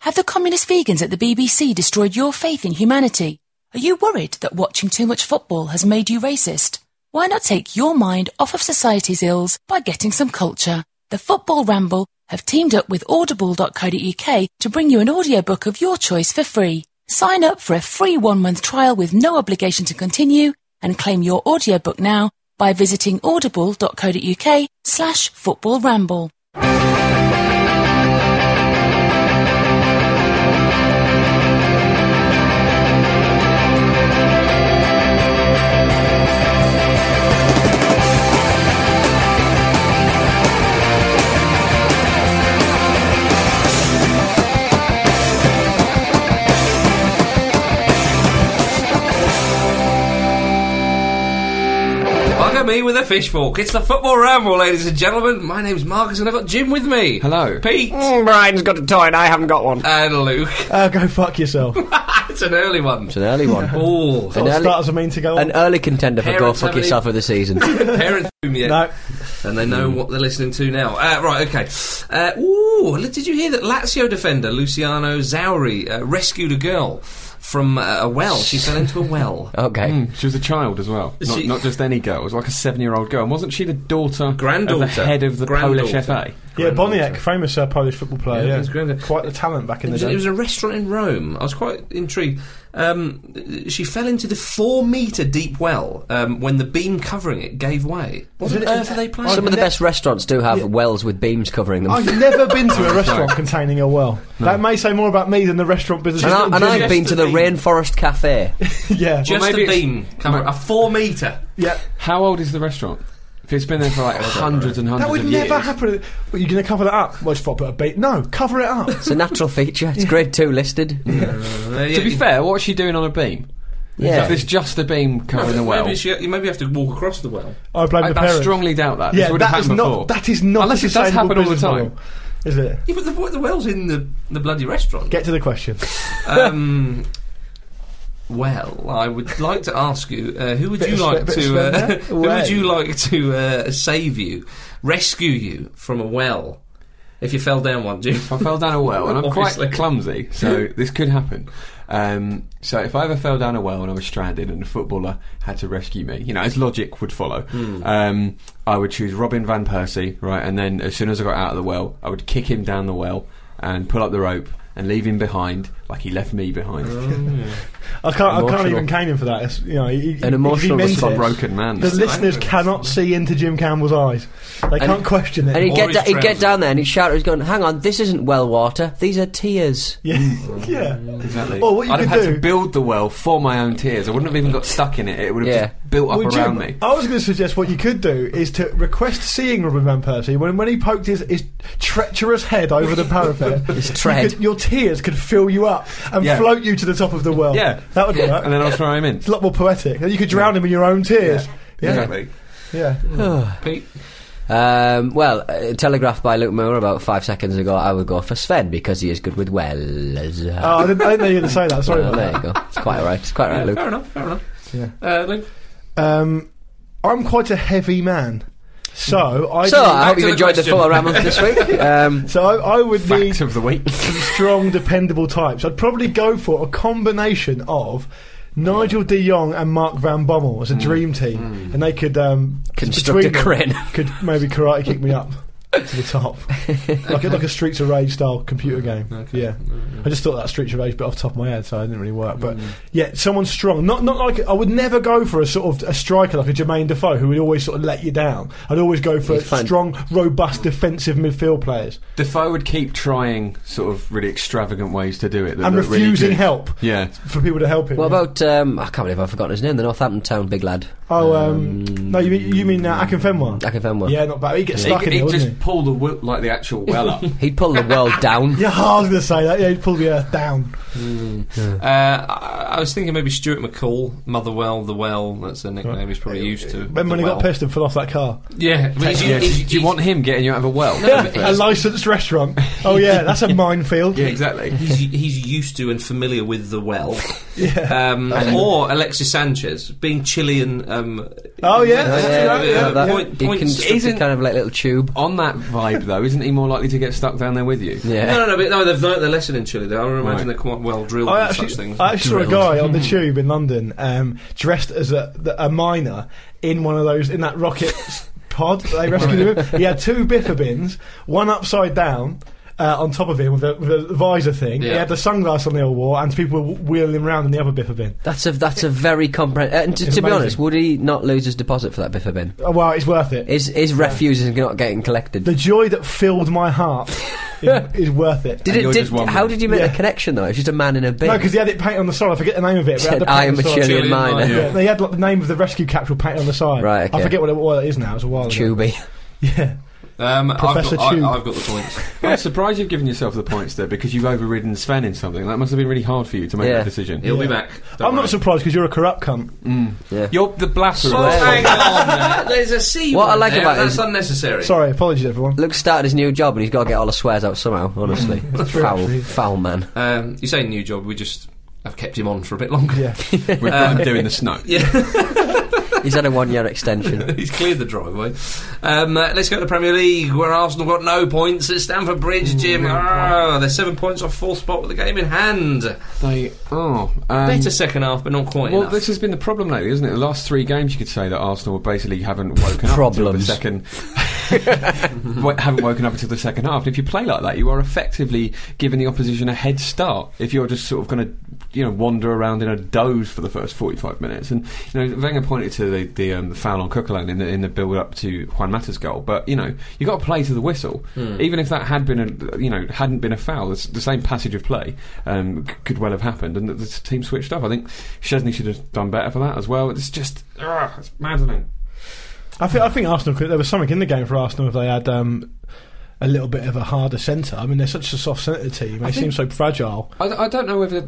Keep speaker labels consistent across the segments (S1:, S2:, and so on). S1: Have the communist vegans at the BBC destroyed your faith in humanity? Are you worried that watching too much football has made you racist? Why not take your mind off of society's ills by getting some culture? The Football Ramble have teamed up with audible.co.uk to bring you an audiobook of your choice for free. Sign up for a free one-month trial with no obligation to continue and claim your audiobook now by visiting audible.co.uk slash football ramble.
S2: Bugger me with a fish fork. It's the football ramble, ladies and gentlemen. My name's Marcus, and I've got Jim with me.
S3: Hello.
S2: Pete
S4: Mm, Brian's got a toy and I haven't got one.
S2: and Luke.
S5: Uh, go fuck yourself.
S2: it's an early one.
S3: It's an early one.
S2: Oh,
S3: an,
S5: That
S3: early,
S5: starts mean to go on.
S3: an early contender for Go
S2: Parents
S3: Fuck
S2: haven't
S3: Yourself of the season.
S2: parents boom yet,
S5: no,
S2: and they know what they're listening to now. Uh, right, okay. Uh, ooh, li- did you hear that Lazio defender Luciano Zauri uh, rescued a girl from uh, a well? She fell into a well.
S3: Okay.
S4: Mm, she was a child as well. Not,
S2: She-
S4: not just any girl. It was like a seven-year-old girl. And wasn't she the daughter,
S2: Granddaughter.
S4: of the head of the Polish
S2: Granddaughter.
S4: FA?
S5: yeah, Boniek, famous uh, Polish football player.
S2: Yeah,
S5: Yeah,
S2: he's grand-
S5: quite the talent back
S2: It
S5: in the
S2: was, it
S5: day.
S2: was a restaurant in Rome. I was quite intrigued. Um, she fell into the four metre deep well um, when the beam covering it gave way. What on
S5: Isn't it-
S2: earth are they planning?
S3: Some of the best restaurants do have wells with beams covering them.
S5: I've never been to a restaurant containing a well. That may say more about me than the restaurant business.
S3: and, I,
S2: just-
S3: and
S2: just-
S3: I've been to the
S2: just-
S3: Rainforest Cafe.
S5: yeah,
S2: Just
S4: maybe
S2: a
S4: it's-
S2: beam covering a four metre.
S5: yeah.
S4: How old is the restaurant? If it's been there for like hundreds and hundreds
S5: That would
S4: of
S5: never
S4: years.
S5: happen. But you're going to cover that up? Well, just put a beat. No, cover it up.
S3: It's a natural feature. It's grade two listed.
S2: Uh,
S4: To be fair, what's she doing on a beam?
S3: Yeah.
S4: If it's just a beam covering the well.
S2: Maybe she- you maybe have to walk across the well.
S5: I blame
S4: I,
S5: the
S4: I
S5: parents.
S4: strongly doubt that.
S5: yeah,
S4: this would have
S5: that is
S4: happened
S5: not.
S4: before.
S5: That is not.
S4: Unless
S5: a
S4: it does
S5: sustainable
S4: happen all the
S5: business
S4: time.
S5: model, is it?
S2: Yeah, but the, the well's in the, the bloody restaurant.
S5: Get to the question.
S2: Um, well, I would like to ask you, uh, who would
S5: Bit
S2: you
S5: of
S2: like
S5: swe- bit of
S2: to, uh,
S5: swim there?
S2: who would
S5: Way.
S2: you like to uh, save you, rescue you from a well, if you fell down one, Jim?
S4: If I fell down a well, and I'm quite
S2: Obviously.
S4: clumsy, so this could happen. Um, so if I ever fell down a well and I was stranded and a footballer had to rescue me, you know, as logic would follow, um, I would choose Robin van Persie, right? And then as soon as I got out of the well, I would kick him down the well and pull up the rope and leave him behind, like he left me behind.
S5: I can't. I can't
S4: Emotional.
S5: even cane him for that. It's, you know, he- he- if he
S3: emotional
S5: meant
S4: It's a
S5: it-
S4: broken man.
S5: The listeners
S2: angry.
S5: cannot see into Jim Campbell's eyes. They can't question
S3: And
S5: it.
S3: he'd
S2: Or
S3: get,
S2: his
S3: da- he'd
S2: trousers.
S3: get down there and he'd shout, he's going, hang on, this isn't well water, these are tears.
S5: Yeah, yeah.
S4: Exactly.
S5: Or what you
S4: I'd have
S5: could
S4: had
S5: do-
S4: to build the well for my own tears. I wouldn't have even got stuck in it. It would have
S3: Yeah.
S4: just built up
S5: Well,
S4: around
S5: Jim,
S4: me.
S5: I was going to suggest what you could do is to request seeing Robin van Persie when when he poked his, his treacherous head over the parapet.
S3: His
S5: you
S3: tread.
S5: could- your tears could fill you up and
S4: Yeah.
S5: float you to the top of the well.
S4: Yeah.
S5: that would work.
S4: And then I'll throw him in.
S5: it's a lot more poetic. And you could drown him in your own tears. Yeah,
S4: Exactly.
S5: yeah.
S2: Pete?
S3: Um, well, uh, telegraphed by Luke Moore about five seconds ago, I would go for Sven because he is good with wells.
S5: Oh, I didn't, I didn't know you were going to say that. Sorry
S3: Uh,
S5: about
S3: there
S5: that.
S3: you go. It's quite alright. It's quite
S2: Yeah,
S3: alright,
S2: fair
S3: Luke.
S2: enough, fair enough.
S5: Yeah.
S2: Uh, Luke?
S5: Um, I'm quite a heavy man, so I
S3: So,
S5: need-
S3: I hope
S2: to
S3: you've
S2: the
S3: enjoyed the
S2: question.
S3: full ramble this week. Um,
S5: so I, I would need
S4: Facts of the week.
S5: some strong, dependable types. I'd probably go for a combination of Nigel de Jong and Mark Van Bommel as a dream team, and they could um,
S3: Construct a
S5: between them,
S3: crane.
S5: Could maybe karate kick me up to the top, like a, like a Streets of Rage style computer game. Yeah, I just thought that Streets of Rage bit off the top of my head, so it didn't really work. But yeah, someone strong. Not not like I would never go for a sort of a striker like a Jermaine Defoe who would always sort of let you down. I'd always go for
S3: You'd find-
S5: strong, robust defensive midfield players
S4: Defoe would keep trying sort of really extravagant ways to do it. that
S5: and
S4: look really
S5: refusing
S4: good.
S5: help
S4: Yeah.
S5: for people to help him.
S3: what
S5: yeah.
S3: about, um, I can't believe I've forgotten his name, the Northampton Town big lad?
S5: Oh, um, no, you mean, you mean uh, Akinfenwa?
S3: Akinfenwa.
S5: Yeah, not bad. He gets
S4: He,
S5: stuck in
S4: he
S5: it,
S4: just
S5: wouldn't
S4: pull the wo- like the actual well up.
S3: He'd pull the world down.
S5: he? Yeah, I was going to say that. Yeah, he'd pull the earth down.
S2: Uh, I, I was thinking maybe Stuart McCall, Motherwell, the Well. That's a nickname he's probably used to.
S5: Remember when
S2: The
S5: he got
S2: Well.
S5: pissed and fell off that car?
S2: Yeah. but he's-
S4: Yeah,
S2: he's-
S4: do you want him getting you out of a well?
S5: a licensed restaurant. Oh yeah, that's a minefield.
S4: yeah, exactly.
S2: He's, he's used to and familiar with the well,
S5: Yeah.
S2: um, or Alexis Sanchez being Chilean. Um,
S5: Oh yeah.
S3: Yeah,
S5: that's
S3: yeah,
S5: right,
S3: yeah,
S5: yeah,
S3: that-
S5: yeah.
S2: Point-
S3: he
S2: point-
S3: constructed
S4: isn't-
S3: kind of like little tube.
S4: On that vibe though, isn't he more likely to get stuck down there with you?
S3: Yeah.
S2: No, no, no, but no, they've learnt their lesson in Chile. Though. I would imagine
S4: Right.
S2: they're quite well drilled
S5: I
S2: in
S5: actually,
S2: such things.
S5: I actually saw a guy on the tube in London um, dressed as a, the, a miner in one of those in that rocket pod that they rescued him. in. He had two biffa bins, one upside down. Uh, on top of him with a, with a visor thing, he
S2: Yeah.
S5: had the sunglass on the old wall, and people were wheeling him round in the other biffa bin.
S3: That's a that's a very comprehensive. And to,
S5: It's
S3: to be
S5: amazing.
S3: honest, would he not lose his deposit for that biffa bin?
S5: Oh, wow, it's worth it.
S3: His his refuse is not getting collected.
S5: the joy that filled my heart is, is worth it.
S3: did
S4: And
S3: it?
S4: you're
S3: Did,
S4: just one
S3: how
S4: man.
S3: did you make
S5: Yeah.
S3: the connection though? It's just a man in a bin.
S5: No, because he had it painted on the side. I forget the name of it. But it had
S3: said,
S5: the
S3: "I
S5: paint
S3: am
S5: on
S3: a
S5: the side."
S3: Chilean
S2: Chilean
S3: miner.
S2: miner.
S5: Yeah, they had like, the name of the rescue capture painted on the side.
S3: Right, okay.
S5: I forget what it, what it is now. It's a while ago.
S3: Tube.
S5: Yeah.
S2: um, I've, got,
S5: Professor Chu.
S2: I, I've got the points.
S4: I'm surprised you've given yourself the points there because you've overridden Sven in something. That must have been really hard for you to make
S3: Yeah.
S4: that decision.
S2: He'll be
S5: Yeah.
S2: back.
S5: I'm not surprised because you're a corrupt cunt.
S4: You're the blasphemer.
S2: Oh,
S3: Well-
S2: hang on. there. There's a C.
S3: What I
S2: word
S3: like
S2: there,
S3: about
S2: that's
S3: is-
S2: unnecessary.
S5: Sorry, apologies everyone.
S3: Luke started his new job and he's got to get all the swears out somehow. Honestly,
S5: true,
S3: foul,
S5: actually.
S3: foul man.
S2: Um, you say new job. We just have kept him on for a bit longer.
S5: Yeah.
S4: We're um, doing the snow.
S2: Yeah,
S3: He's had a one-year extension.
S2: he's cleared the driveway. Um, uh, let's go to Premier League, where Arsenal got no points at Stamford Bridge. Jim, Ah, they're seven points off fourth spot with the game in hand.
S4: They are. Um,
S2: Better second half, but not quite
S4: Well,
S2: enough.
S4: this has been the problem lately, isn't it? The last three games, you could say that Arsenal basically haven't woken up until the
S3: Problems.
S4: second. wo- haven't woken up until the second half. And if you play like that, you are effectively giving the opposition a head start. If you're just sort of going to, you know, wander around in a doze for the first forty-five minutes, and you know, Wenger pointed to the the, um, the foul on Coquelin in the in the build-up to Juan Mata's goal. But you know, you got to play to the whistle, even if that had been a you know hadn't been a foul. The, the same passage of play um, c- could well have happened, and the, the team switched off. I think Chesney should have done better for that as well. It's just, ugh, it's maddening.
S5: I think I think Arsenal could. There was something in the game for Arsenal if they had um, a little bit of a harder centre. I mean, they're such a soft centre team. They
S4: I
S5: seem
S4: think-
S5: so fragile.
S4: I, I don't know whether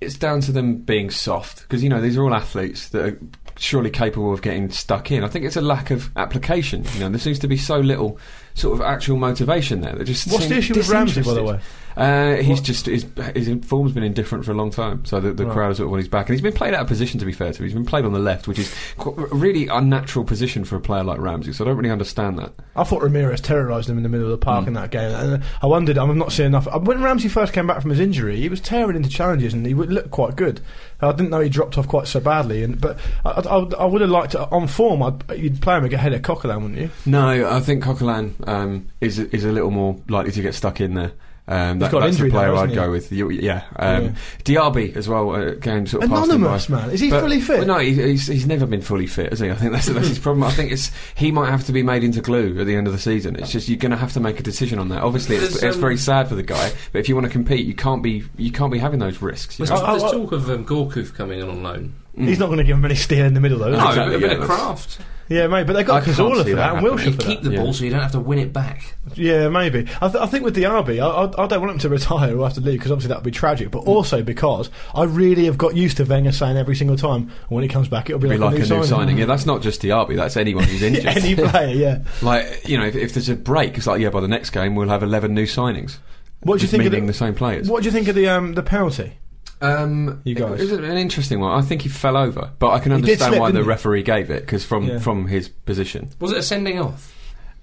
S4: it's down to them being soft because you know these are all athletes that are surely capable of getting stuck in. I think it's a lack of application. You know, there seems to be so little sort of actual motivation there. They just
S5: What's
S4: seem
S5: the issue with Ramsey, by the
S4: disinterested.
S5: way?
S4: Uh, he's
S5: What-
S4: just his, his form's been indifferent for a long time, so the, the
S5: Right.
S4: crowd is sort of on his back, and he's been played out of position. To be fair to him, he's been played on the left, which is qu- a really unnatural position for a player like Ramsey. So I don't really understand that.
S5: I thought Ramirez terrorised him in the middle of the
S4: Hmm.
S5: park in that game, and uh, I wondered. I've not seen enough. When Ramsey first came back from his injury, he was tearing into challenges and he would look quite good. I didn't know he dropped off quite so badly, and but I, I, I would have liked to, on form. I'd, you'd play him ahead of Coquelin, wouldn't you?
S4: No, I think Coquelin um, is is a little more likely to get stuck in there. Um, that,
S5: got an
S4: that's
S5: injury
S4: the
S5: now,
S4: player
S5: hasn't he?
S4: I'd go with. You- yeah, um,
S5: Yeah.
S4: Diaby as well. Uh, game sort of passed him by.
S5: Anonymous man, is he
S4: But-
S5: fully fit?
S4: well, no, he, he's, he's never been fully fit, has he? I think that's, that's his problem. I think it's he might have to be made into glue at the end of the season. It's just you're going to have to make a decision on that. Obviously, it's,
S2: There's,
S4: it's
S2: um,
S4: very sad for the guy, but if you want to compete, you can't be you can't be having those risks. you
S2: there's,
S4: know?
S5: I- I-
S2: there's
S5: I-
S2: talk of um, Gorkuf coming in on loan.
S5: He's not going to give him any steer in the middle though. is
S2: No,
S5: he?
S4: exactly,
S2: a bit
S4: yeah,
S2: of
S4: that's-
S2: craft.
S5: Yeah, mate, but they
S4: I
S5: got
S4: can't
S5: Cazorla
S4: see
S5: for
S4: that
S5: that and
S4: happening.
S5: Wilshire
S2: You
S5: for
S2: keep
S5: that.
S2: the
S4: Yeah.
S2: ball so you don't have to win it back.
S5: Yeah, maybe. I, th- I think with the RB, I, I, I don't want him to retire or have to leave because obviously that would be tragic.
S4: Mm.
S5: But also because I really have got used to Wenger saying every single time when he comes back, it'll be,
S4: Be like a new signing.
S5: signing.
S4: Yeah, that's not just Diaby. That's anyone who's injured.
S5: Any player, yeah.
S4: Like you know, if, if there's a break, it's like yeah, by the next game we'll have eleven new signings.
S5: What do you
S4: Just
S5: think of
S4: meaning
S5: the-
S4: the same players?
S5: What do you think of the um, the penalty?
S4: Um,
S5: You guys.
S4: It was an interesting one. I think he fell over, but I can
S5: He did
S4: understand
S5: slip,
S4: why the
S5: didn't he?
S4: referee gave it because from
S5: Yeah.
S4: from his position,
S2: Was it a sending off?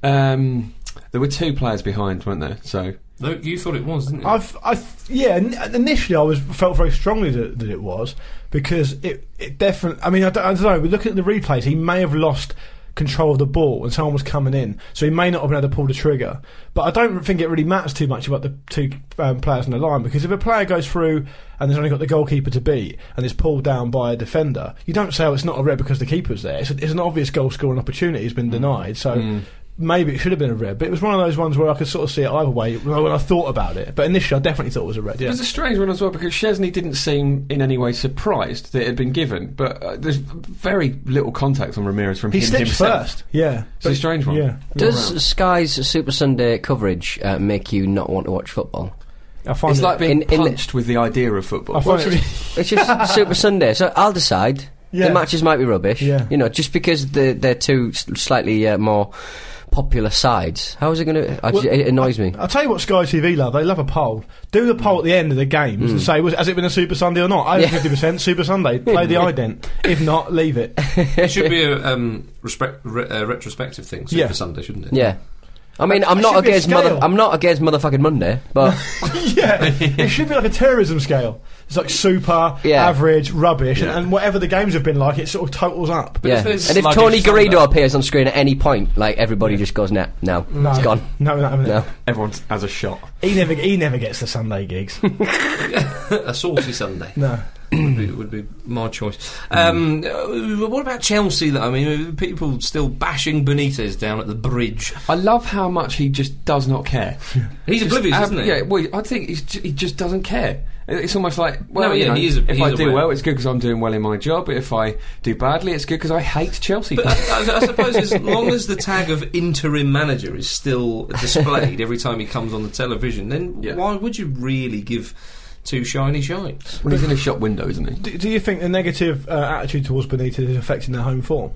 S4: um, there were two players behind, weren't there? So
S2: Luke, you thought it was, didn't you?
S5: I've, I, th- yeah. n- Initially, I was felt very strongly that, that it was because it, it definitely. I mean, I don't, I don't know. But looking at the replays, he may have lost control of the ball when someone was coming in, so he may not have been able to pull the trigger. But I don't think it really matters too much about the two um, players on the line because if a player goes through and there's only got the goalkeeper to beat and is pulled down by a defender, you don't say oh, it's not a red because the keeper's there. It's, a, it's an obvious goal scoring opportunity has been denied. So. maybe it should have been a red, but it was one of those ones where I could sort of see it either way when I, when I thought about it. But initially, I definitely thought it was a red.
S4: It
S5: Yeah,
S4: was a strange one as well because Chesney didn't seem in any way surprised that it had been given, but uh, there's very little contact on Ramirez from
S5: he
S4: him
S5: stepped
S4: himself.
S5: first. Yeah,
S4: It's a strange one.
S5: Yeah,
S3: Does Sky's Super Sunday coverage uh, make you not want to watch football?
S5: I find
S4: It's
S5: it,
S4: like being
S3: In- in-
S4: punched with the idea of football.
S5: I find it,
S3: It's just Super Sunday, so I'll decide.
S5: Yeah.
S3: The matches might be rubbish.
S5: Yeah.
S3: You know, just because they're, they're two s- slightly uh, more popular sides. How is it going to.
S5: Well,
S3: It annoys me.
S5: I'll tell you what Sky TV love. They love a poll. Do the poll at the end of the games
S4: Mm.
S5: and say, was, has it been a Super Sunday or not? Over
S3: Yeah.
S5: 50% Super Sunday. Play the ident. If not, leave it.
S2: it should be a um, respect, re- uh, retrospective thing. Super
S5: Yeah.
S2: Sunday, shouldn't it?
S3: yeah. I mean, I'm
S5: It
S3: not
S5: should be a
S3: against mother.
S5: scale.
S3: I'm not against motherfucking Monday, but
S5: yeah. It should be like a terrorism scale. It's like super,
S3: Yeah.
S5: average, rubbish,
S4: Yeah.
S5: and, and whatever the games have been like, it sort of totals up.
S3: yeah.
S2: if it's
S3: And if
S2: sluggish
S3: Tony
S2: Sunday-
S3: Garrido appears on screen at any point, like everybody just goes, nah, no,
S5: No.
S3: it's gone.
S5: No, no, no.
S3: No.
S4: Everyone has a shot.
S5: He never, he never gets the Sunday gigs.
S2: a saucy Sunday.
S5: no.
S2: would be, would be my choice. Um, uh, What about Chelsea, though? I mean, uh, people still bashing Benitez down at the bridge.
S4: I love how much he just does not care.
S2: He's
S4: Just
S2: oblivious,
S4: ab-
S2: isn't he?
S4: Yeah, well, I think he's ju- he just doesn't care. It- It's almost like, well,
S2: No,
S4: you
S2: yeah,
S4: know,
S2: he is a-
S4: if
S2: he
S4: I
S2: is
S4: do
S2: aware.
S4: well, it's good because I'm doing well in my job. If I do badly, it's good because I hate Chelsea.
S2: But I, I, I suppose as long as the tag of interim manager is still displayed every time he comes on the television, then
S4: Yeah.
S2: why would you really give two shiny shines?
S4: Well, he's in a shop window, isn't he?
S5: Do, do you think the negative uh, attitude towards Benitez is affecting their home form?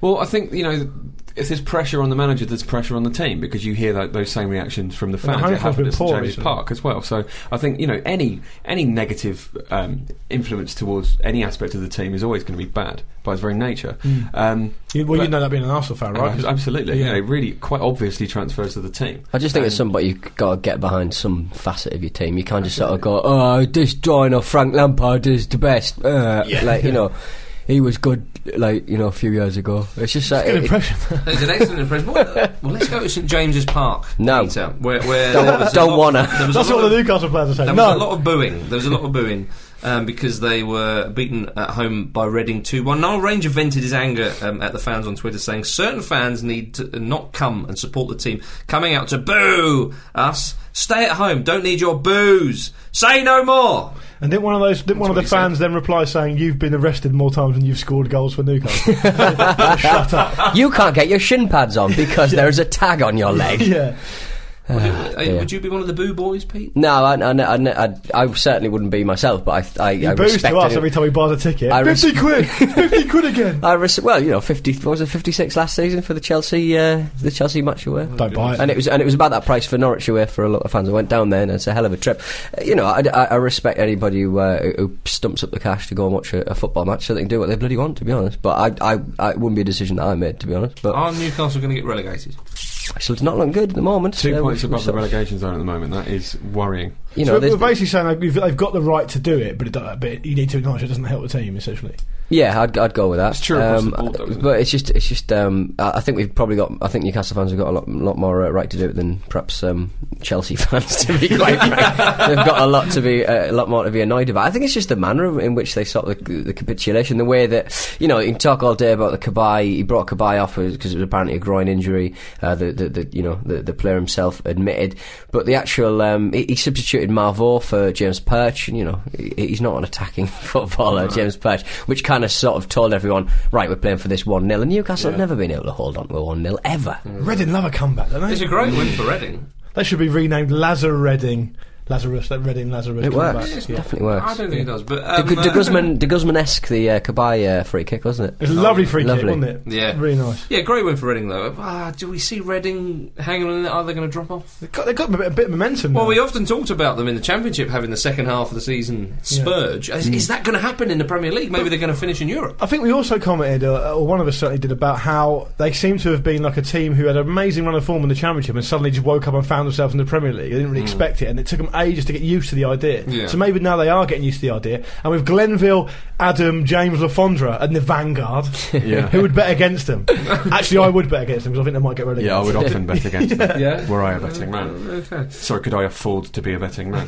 S4: Well, I think you know. If there's pressure on the manager, there's pressure on the team because you hear tho- those same reactions from the
S5: the
S4: fans.
S5: home
S4: it
S5: club's
S4: happened
S5: been
S4: at St
S5: poor
S4: James's
S5: recently.
S4: Park as well. So I think you know any any negative um, influence towards any aspect of the team is always going to be bad by its very nature.
S5: Hmm.
S4: Um,
S5: You, well, you
S4: But-
S5: know that being an Arsenal fan, right?
S4: right,
S5: 'Cause-
S4: absolutely, yeah.
S5: yeah.
S4: you know, really quite obviously transfers to the team.
S3: I just think it's somebody you've got to get behind some facet of your team. You can't just sort of go, oh, this joiner Frank Lampard is the best. Uh, Like, you know, he was good, like, you know, a few years ago. It's just like,
S5: Good
S3: it-
S5: impression.
S2: That's an excellent impression. Well, well, let's go to St James's Park.
S3: No.
S2: Peter, where, where
S3: Don't-
S2: there was a
S3: don't
S2: lot-
S3: wanna.
S2: there was a
S5: That's
S2: lot
S5: what the
S2: of-
S5: Newcastle players are
S2: There
S5: saying.
S2: was a
S5: No.
S2: lot of booing. There was a lot of booing um, because they were beaten at home by Reading 2 1. Niall Ranger vented his anger um, at the fans on Twitter, saying certain fans need to not come and support the team, coming out to boo us. Stay at home. Don't need your boos. Say no more.
S5: And didn't one of those didn't one of
S2: what
S5: the
S2: he said.
S5: fans then reply saying you've been arrested more times than you've scored goals for Newcastle? Shut up.
S3: you can't get your shin pads on because there is a tag on your leg.
S5: Yeah. Ah,
S2: Uh, would you be one of the boo boys, Pete?
S3: No, I, I, ne- I, ne- I, I certainly wouldn't be myself, but I, I, I
S5: He boos
S3: respect
S5: to us
S3: any-
S5: every time he buys a ticket.
S3: I res-
S5: 50 quid! 50 quid again!
S3: I res- well, you know, fifty. What was it, fifty-six last season for the Chelsea, uh, the Chelsea match away?
S5: Don't buy it.
S3: and it was and it was about that price for Norwich away for a lot of fans. I went down there, and it's a hell of a trip. Uh, You know, I, I- I respect anybody who, uh, who stumps up the cash to go and watch a, a football match, so they can do what they bloody want. To be honest, but I, I, I it wouldn't be a decision that I made. To be honest, but
S4: Oh.
S2: Are Newcastle going to get relegated?
S3: so it's not looking good at the moment.
S4: Two
S3: Uh,
S4: points
S3: we- we
S4: above the
S3: sort of-
S4: relegation zone at the moment. That is worrying.
S3: You
S5: so
S3: know,
S5: we're- we're
S3: there's-
S5: basically saying like, we've, they've got the right to do it, but, it, don't- but you need to acknowledge it doesn't help the team, essentially.
S3: Yeah, I'd, I'd go with that. Um,
S4: It's true across the board, though, isn't it?
S3: but it's just, it's just. Um, I I think we've probably got. I think Newcastle fans have got a lot, lot more uh, right to do it than perhaps um, Chelsea fans. To be quite frank, they've got a lot to be, uh, a lot more to be annoyed about. I think it's just the manner in which they sort of the, the capitulation, the way that you know, you can talk all day about the Kabay. He brought Kabay off because it was apparently a groin injury. Uh, the, the, the, you know, the, the player himself admitted, but the actual um, he, he substituted Marvor for James Perch, and you know, he, he's not an attacking footballer, James Perch, which kind of sort of told everyone, right, we're playing for this one 0 and Newcastle have never been able to hold on to a one 0 ever.
S5: Reading love a comeback, don't
S2: It's a
S5: they?
S2: great win for Reading.
S5: They should be renamed Lazar Reading. Lazarus, that Reading Lazarus.
S3: It
S5: comeback.
S3: works,
S5: Yeah.
S3: definitely works.
S2: I don't think it does, but
S3: De,
S2: um,
S3: Gu- de
S2: uh,
S3: Guzman, de Guzman-esque, the uh, Kabay uh, free kick, wasn't it?
S5: It was a lovely free
S3: Lovely.
S5: kick, wasn't it?
S2: Yeah.
S5: Really nice.
S2: Yeah, great win for Reading though. Ah, do we see Reading hanging on? Are they going to drop off?
S5: They've got, they've got a bit, a bit of momentum.
S2: Well,
S5: now.
S2: we often talked about them in the Championship having the second half of the season spurge. Is, is that going to happen in the Premier League? Maybe they're going to finish in Europe.
S5: I think we also commented, uh, or one of us certainly did, about how they seem to have been like a team who had an amazing run of form in the Championship and suddenly just woke up and found themselves in the Premier League. They didn't really expect it, and it took them ages to get used to the idea.
S2: Mm. Yeah.
S5: So maybe now they are getting used to the idea. And with Glenville, Adam, James Lafondra, and the Vanguard,
S4: Yeah.
S5: who would bet against them? Actually, I would bet against them because I think they might get relegated.
S4: Yeah, I would often bet against them.
S2: Yeah.
S4: Were I a betting man?
S2: Okay.
S4: Sorry, could I afford to be a betting man?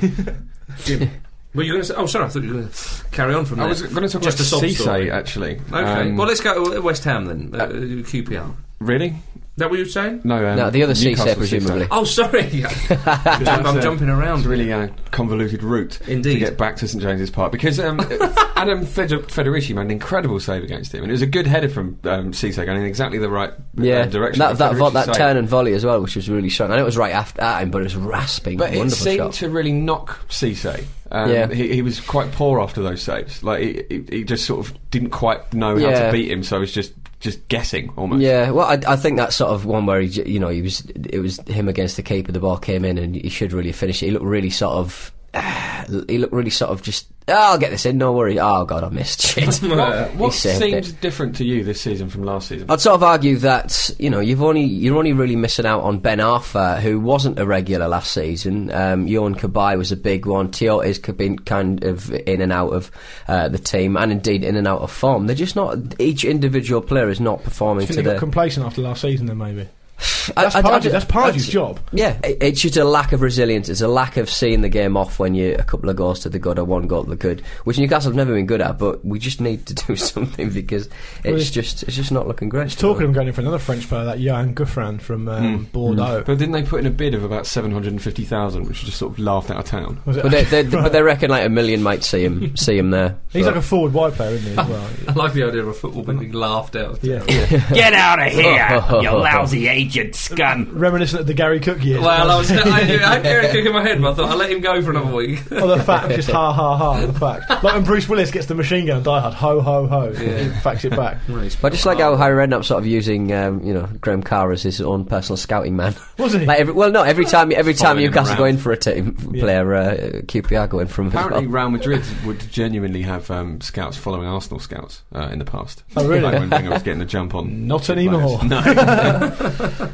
S2: Well, you're going to. Oh, sorry. I thought you were going to carry on from
S4: I
S2: there.
S4: was going to talk
S2: Just a
S4: about
S2: sob
S4: Cisse
S2: story.
S4: actually.
S2: Okay.
S4: Um,
S2: Uh, well, let's go to West Ham then. Uh, QPR.
S4: really?
S2: that what you were saying?
S4: No, um,
S3: No, the other C
S4: Newcastle
S3: said
S4: six down.
S3: presumably.
S2: Oh, sorry. I'm, I'm
S4: That's a-
S2: jumping around.
S4: It's a really uh, convoluted route
S2: Indeed.
S4: to get back to St James's Park because um, Adam Feder- Federici made an incredible save against him, and it was a good header from um, Cisse going in exactly the right uh,
S3: Yeah,
S4: direction.
S3: that that,
S4: Federici's
S3: vo- that
S4: save.
S3: turn and volley as well, which was really strong. I know it was right after at him, but it was rasping,
S4: But it
S3: wonderful
S4: seemed
S3: shot.
S4: to really knock Cisse. Um,
S3: Yeah.
S4: he, he was quite poor after those saves. Like he, he, he just sort of didn't quite know how
S3: Yeah.
S4: to beat him, so he was just just guessing almost.
S3: Yeah, well, I, I think that's sort of one where he, j- you know, he was it was him against the keeper. The ball came in, and he should really finish it. He looked really sort of, he looked really sort of just. Oh, I'll get this in. No worry. Oh God, I missed shit.
S4: What, what
S3: He saved
S4: seems different to you this season from last season?
S3: I'd sort of argue that you know you've only you're only really missing out on Ben Arthur, who wasn't a regular last season. Um, Johan Kabay was a big one. Tio is k- been kind of in and out of uh, the team, and indeed in and out of form. They're just not each individual player is not performing to
S5: think they got
S3: their.
S5: complacent after last season, then maybe.
S3: I-
S5: That's
S3: I- I-
S5: Pardew's, that's Pardew's
S3: I'd-
S5: job.
S3: Yeah, it- it's just a lack of resilience. It's a lack of seeing the game off when you're a couple of goals to the good or one goal to the good, which Newcastle have never been good at. But we just need to do something because
S5: Well,
S3: it's
S5: it's-
S3: just it's just not looking great.
S5: It's talking of him going in for another French player, that Johan Gouffran from um, Bordeaux.
S4: But didn't they put in a bid of about 750,000, which was just sort of laughed out of town?
S5: Was it-
S3: But they, they, but they reckon like a million might see him see him there.
S5: He's
S3: But-
S5: like a forward wide player, isn't he? As well,
S2: I like the idea of a football being laughed out of.
S5: yeah.
S6: Get out of here, you lousy agent scum.
S5: Reminiscent of the Gary Cook years.
S2: Well, I was I, knew- I had Gary Cook in my head, but I thought I'll let him go for another week.
S5: Oh, the fact just ha ha ha. The fact, like when Bruce Willis gets the machine gun, Die Hard, ho ho ho. He facts it back.
S3: But I just like how
S5: Oh.
S3: Harry Redknapp sort of using um, you know Graham Carr as his own personal scouting man.
S5: Was he?
S3: Like every, well, no, every time every time
S4: Following him
S3: Newcastle go
S4: around.
S3: in for a team player, uh, QPR go in for him. as
S4: Apparently,
S3: well.
S4: Real Madrid would genuinely have um, scouts following Arsenal scouts uh, in the past.
S5: Oh, really?
S4: Like when Wenger was getting the jump on.
S5: Not
S4: players.
S5: anymore.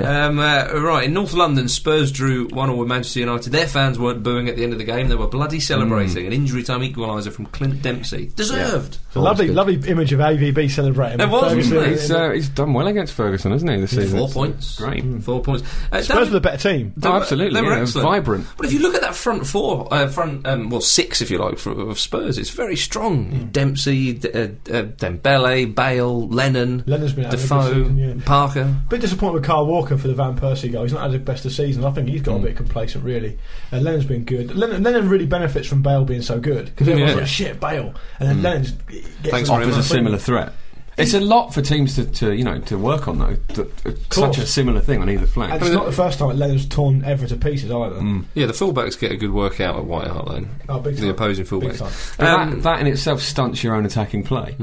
S2: Um, uh, right, in North London, Spurs drew 1 0 with Manchester United. Their fans weren't booing at the end of the game, they were bloody
S5: Mm.
S2: celebrating. An injury time equaliser from Clint Dempsey. Deserved.
S5: It's a lovely, lovely image of AVB celebrating.
S2: It was,
S5: Ferguson
S2: wasn't it?
S5: in-
S4: He's, uh, he's done well against Ferguson, hasn't he, this season?
S2: Four
S4: It's
S2: points.
S4: Great.
S2: Four points. Uh,
S5: Spurs
S2: David-
S5: were the better team.
S4: Oh,
S2: were-
S4: absolutely.
S2: they were
S4: yeah,
S2: excellent.
S4: vibrant.
S2: But if you look at that front four, uh, front um, well six if you like for, of Spurs, it's very strong.
S5: Mm.
S2: Dempsey, D- uh, uh, Dembele, Bale, Lennon,
S5: Lennon's been out of the
S2: Defoe,
S5: season, yeah.
S2: Parker.
S5: Bit disappointed with Carl Walker for the Van Persie goal. He's not had the best of seasons. I think he's
S4: Hmm.
S5: got a bit complacent, really. Uh, Lennon's been good. Lennon, Lennon really benefits from Bale being so good because everyone's
S2: Yeah.
S5: like, shit, Bale. And then
S4: Hmm.
S5: Lennon's. Gets
S2: Thanks
S5: the-
S2: very
S4: Offers a
S2: much.
S4: similar threat. It's a lot for teams to, to you know to work on though. Th- th-
S5: course.
S4: Such a similar thing Hmm. on either flank.
S5: And it's not the first time that Lennon's torn Ever to pieces either.
S2: Yeah, the fullbacks get a good workout at White Hart Lane.
S5: Oh, big
S2: the
S5: time.
S2: opposing
S5: Big
S2: fullbacks.
S5: time.
S4: But
S2: Um,
S4: that, that in itself stunts your own attacking play.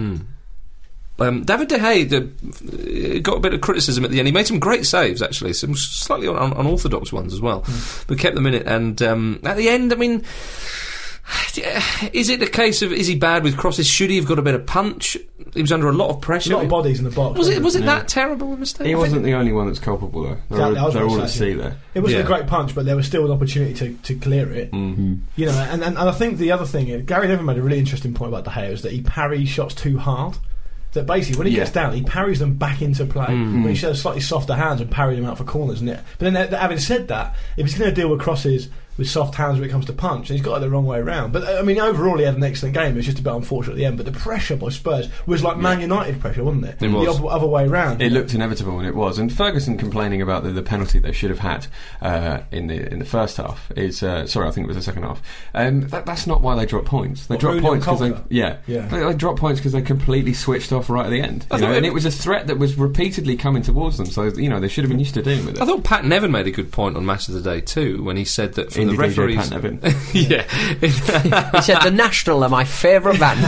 S2: Um, David De Gea the, uh, got a bit of criticism at the end. He made some great saves, actually, some slightly un- un- unorthodox ones as well,
S4: Hmm.
S2: but kept them in it. And um, at the end, I mean, is it a case of is he bad with crosses? Should he have got a better punch? He was under a lot of
S5: A
S2: pressure.
S5: lot of bodies in the box.
S2: Hmm. was it
S5: wasn't
S2: was it that terrible a mistake?
S4: He wasn't the only one that's culpable though. They're,
S5: Exactly, I was
S4: they're
S5: gonna
S4: all at
S5: say.
S4: sea there.
S5: It wasn't
S2: Yeah. Mm-hmm.
S5: a great punch, but there was still an opportunity to, to clear it. You know, and, and, and I think the other thing, uh, Gary Neville made a really interesting point about De Gea is that he parries shots too hard. That basically, when he
S4: Yeah.
S5: gets down, he parries them back into play.
S2: Mm-hmm.
S5: When he shows slightly softer hands and parries them out for corners, and it. But then, uh, having said that, if he's going to deal with crosses with soft hands when it comes to punch, he's got it the wrong way around. But uh, I mean, overall, he had an excellent game. It was just a bit unfortunate at the end. But the pressure by Spurs was like Man United pressure, wasn't it?
S2: It was.
S5: The other, other way around.
S4: It looked inevitable, and it was. And Ferguson complaining about the, the penalty they should have had uh, in the in the first half is uh, sorry, I think it was the second half. Um, that, that's not why they dropped points. They
S5: What,
S4: dropped
S5: Rooney
S4: points because they
S5: and Coulter?
S4: yeah,
S5: Yeah.
S4: They, they dropped points because they completely switched off right at the end.
S2: I
S4: you know,
S2: thought
S4: and
S2: it-
S4: it was a threat that was repeatedly coming towards them. So you know they should have been used to dealing with
S2: I
S4: it.
S2: thought Pat Nevin made a good point on Match of the Day too when he said that from
S4: Indie
S2: the
S4: DJ
S2: referees.
S4: Pat Nevin.
S2: yeah,
S3: he said the National are my favourite band.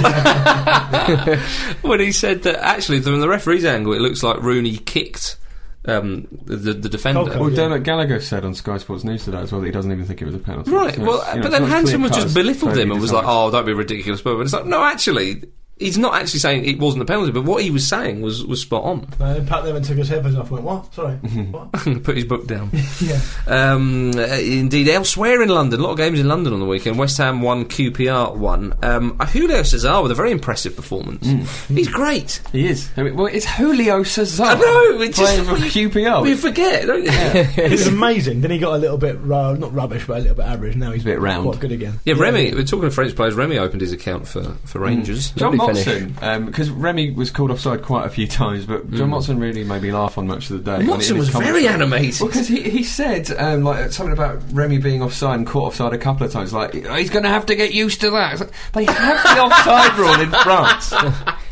S2: when he said that actually from the referee's angle, it looks like Rooney kicked um, the, the defender.
S5: Coco.
S4: Well,
S5: Yeah.
S4: Dermot Gallagher said on Sky Sports News today as well that he doesn't even think it was a penalty.
S2: Right.
S4: So it's,
S2: well,
S4: you know,
S2: but
S4: it's
S2: then
S4: not
S2: Hanson
S4: clear
S2: was just
S4: cut,
S2: belittled
S4: so
S2: him
S4: he
S2: and was like,
S4: decides.
S2: "Oh, don't be ridiculous." But it's like, no, actually, he's not actually saying it wasn't a penalty. But what he was saying was was spot on.
S5: And then Pat Levin took his headphones off and went, What? Sorry. what?
S2: Put his book down.
S5: Yeah.
S2: um, uh, indeed, elsewhere in London, a lot of games in London on the weekend. West Ham won, QPR won. Um, Julio Cesar with a very impressive performance.
S4: Mm.
S2: He's great.
S4: He is. I mean, well, it's Julio Cesar.
S2: I know. It's
S4: Oh, playing
S2: just
S4: for QPR.
S2: We forget, don't you?
S5: He was amazing. Then he got a little bit ru- not rubbish, but a little bit average. Now he's
S4: Bit round.
S5: quite good again.
S2: Yeah, Remy. We're talking of French players. Remy opened his account for for Rangers.
S4: Mm. John
S3: Lovely
S4: Mott
S3: finish.
S4: Motson, because Remy was called offside quite a few times, but John Motson really made me laugh on much of the day. when he- in
S2: Watson
S4: his
S2: was very
S4: commentary.
S2: animated.
S4: Well, because he, he said um, like something about Remy being offside and caught offside a couple of times. Like "Oh, he's going to have to get used to that. It's like, they have the offside rule in France.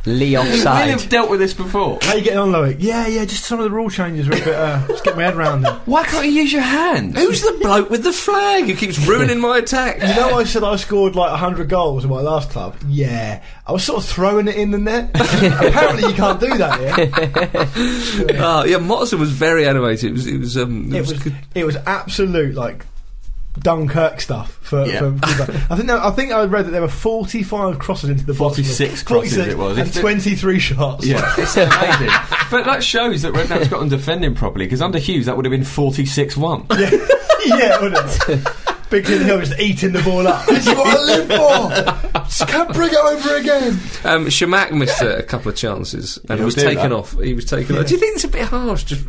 S3: Lee
S4: They
S3: offside.
S4: have dealt with this before.
S5: How you getting on, Loic? Yeah, yeah, just some of the rule changes were a bit, uh, just get my head round them.
S4: Why can't you use your hand?
S2: Who's the bloke with the flag who keeps ruining my attack?
S5: You know, I said I scored like 100 goals in my last club. Yeah, I was sort of throwing it in the net. Apparently, you can't do that here.
S2: Oh, yeah, Motson was very animated. It was, it was, um, it
S5: It
S2: was,
S5: was, it was absolute like Dunkirk stuff. For, for I think there- I think I read that there were 45 crosses into the box.
S4: 46 crosses it was.
S5: and
S4: It's-
S5: 23 shots.
S4: Yeah, it's amazing. but that shows that Redknapp's got on defending properly because under Hughes that would have been forty-six-one.
S5: yeah, wouldn't it? Big Tim Hill just eating the ball up. this is what I live for. Just can't bring it over again.
S2: um, Shamak missed a, a couple of chances and
S4: He'll
S2: was
S4: do
S2: taken
S4: that.
S2: off. He was taken off. Do you think it's a bit harsh? Just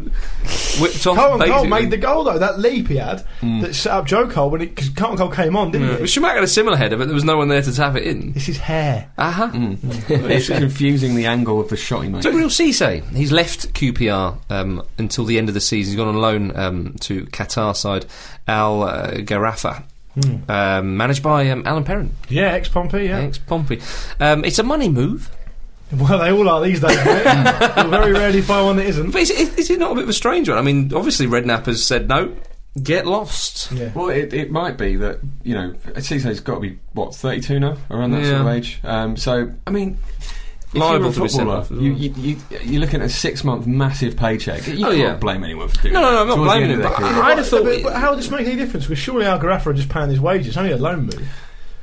S2: whipped off.
S5: Cole and Cole
S2: basically?
S5: made the goal though. That leap he had that set up Joe Cole when it because Cole and Cole came on, didn't
S2: Yeah.
S5: he?
S2: Shamak had a similar header, but there was no one there to tap it in.
S5: It's his hair.
S2: Uh huh.
S4: it's confusing the angle of the shot he made.
S2: So Real Cisse, he's left QPR um, until the end of the season. He's gone on loan um, to Qatar side Al uh, Garafa, um, managed by um, Alan Perrin,
S5: Yeah, ex Pompey. Yeah.
S2: ex Pompey. Um, it's a money move,
S5: Well, they all are these days. Mate. You'll very rarely find one that isn't.
S2: but is it, is it not a bit of a strange one? I mean, obviously Redknapp has said no, get lost.
S5: Yeah.
S4: Well, it, it might be that you know Cisso's got to be what thirty-two now, around that sort of
S2: Yeah.
S4: age. Um, so I mean. If
S2: Liable
S4: you're a
S2: to be sent
S4: footballer,
S2: off as
S4: you,
S2: well.
S4: you, you, you're looking at a six-month massive paycheck. You
S2: Oh,
S4: can't
S2: yeah.
S4: blame anyone for doing
S2: No,
S4: that.
S2: no, no, I'm not
S4: Towards the
S2: blaming
S4: end
S2: him,
S4: of
S2: but
S4: their
S2: I-
S4: career.
S2: I'd have thought
S5: But,
S2: it-
S5: but how would this make any difference? Because surely Al Garaffa just paying his wages. It's only a loan move.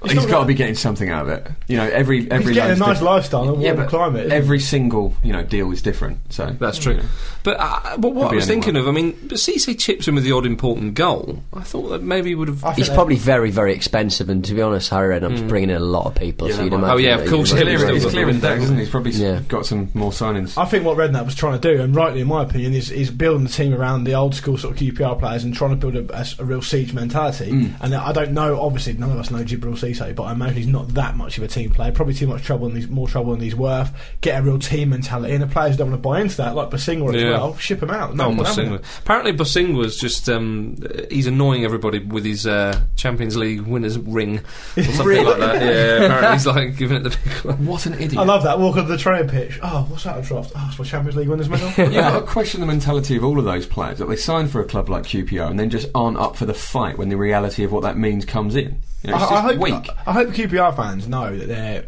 S5: It's
S4: he's
S5: not
S4: got to
S5: like-
S4: be getting something out of it. You know, every every
S5: He's getting a
S4: loan's
S5: nice
S4: different.
S5: lifestyle and a
S4: Yeah,
S5: warm
S4: but
S5: climate. isn't he?
S4: Every single you know deal is different. So
S2: That's true. But, uh, but what
S4: Could
S2: I
S4: be
S2: was
S4: anyone.
S2: thinking of, I mean, but Cisse chips in with the odd important goal. I thought that maybe he would have.
S5: I think
S3: He's
S5: they-
S3: probably very, very expensive, and to be honest, Harry Redknapp's bringing in a lot of people.
S4: Yeah,
S3: so you'd
S4: that might-
S3: imagine
S2: Oh, Hmm. yeah,
S3: that
S2: of
S3: he
S2: course,
S3: would
S2: clearly
S4: He's
S2: still
S3: really
S4: clearing- he's
S2: got
S3: bring-
S4: clearing
S2: the-
S4: decks, isn't he? He's probably s-
S3: Yeah.
S4: got some more signings.
S5: I think what Redknapp was trying to do, and rightly in my opinion, is, is building the team around the old school sort of QPR players and trying to build a, a s- a real siege mentality. And I don't know, obviously, none of us know Gibril Cisse, but I imagine he's not that much of a team player. Probably too much trouble, and he's more trouble than he's worth. Get a real team mentality, and the players don't want to buy into that, like Basingwa as
S2: Yeah.
S5: well. Ship him out. No,
S2: No,
S5: one would have him.
S2: Bosingwa. Apparently, Bosingwa's just um, uh, he's annoying everybody with his uh, Champions League winners ring or something like that. Yeah, apparently he's like giving it the big one.
S4: What an idiot!
S5: I love that. Walk up the training pitch. Oh, what's that a draft? Oh, it's my Champions League winners medal.
S4: You've got to question the mentality of all of those players that they sign for a club like QPR and then just aren't up for the fight when the reality of what that means comes in. You know, it's
S5: I, I
S4: just
S5: hope,
S4: weak.
S5: I hope QPR fans know that they're.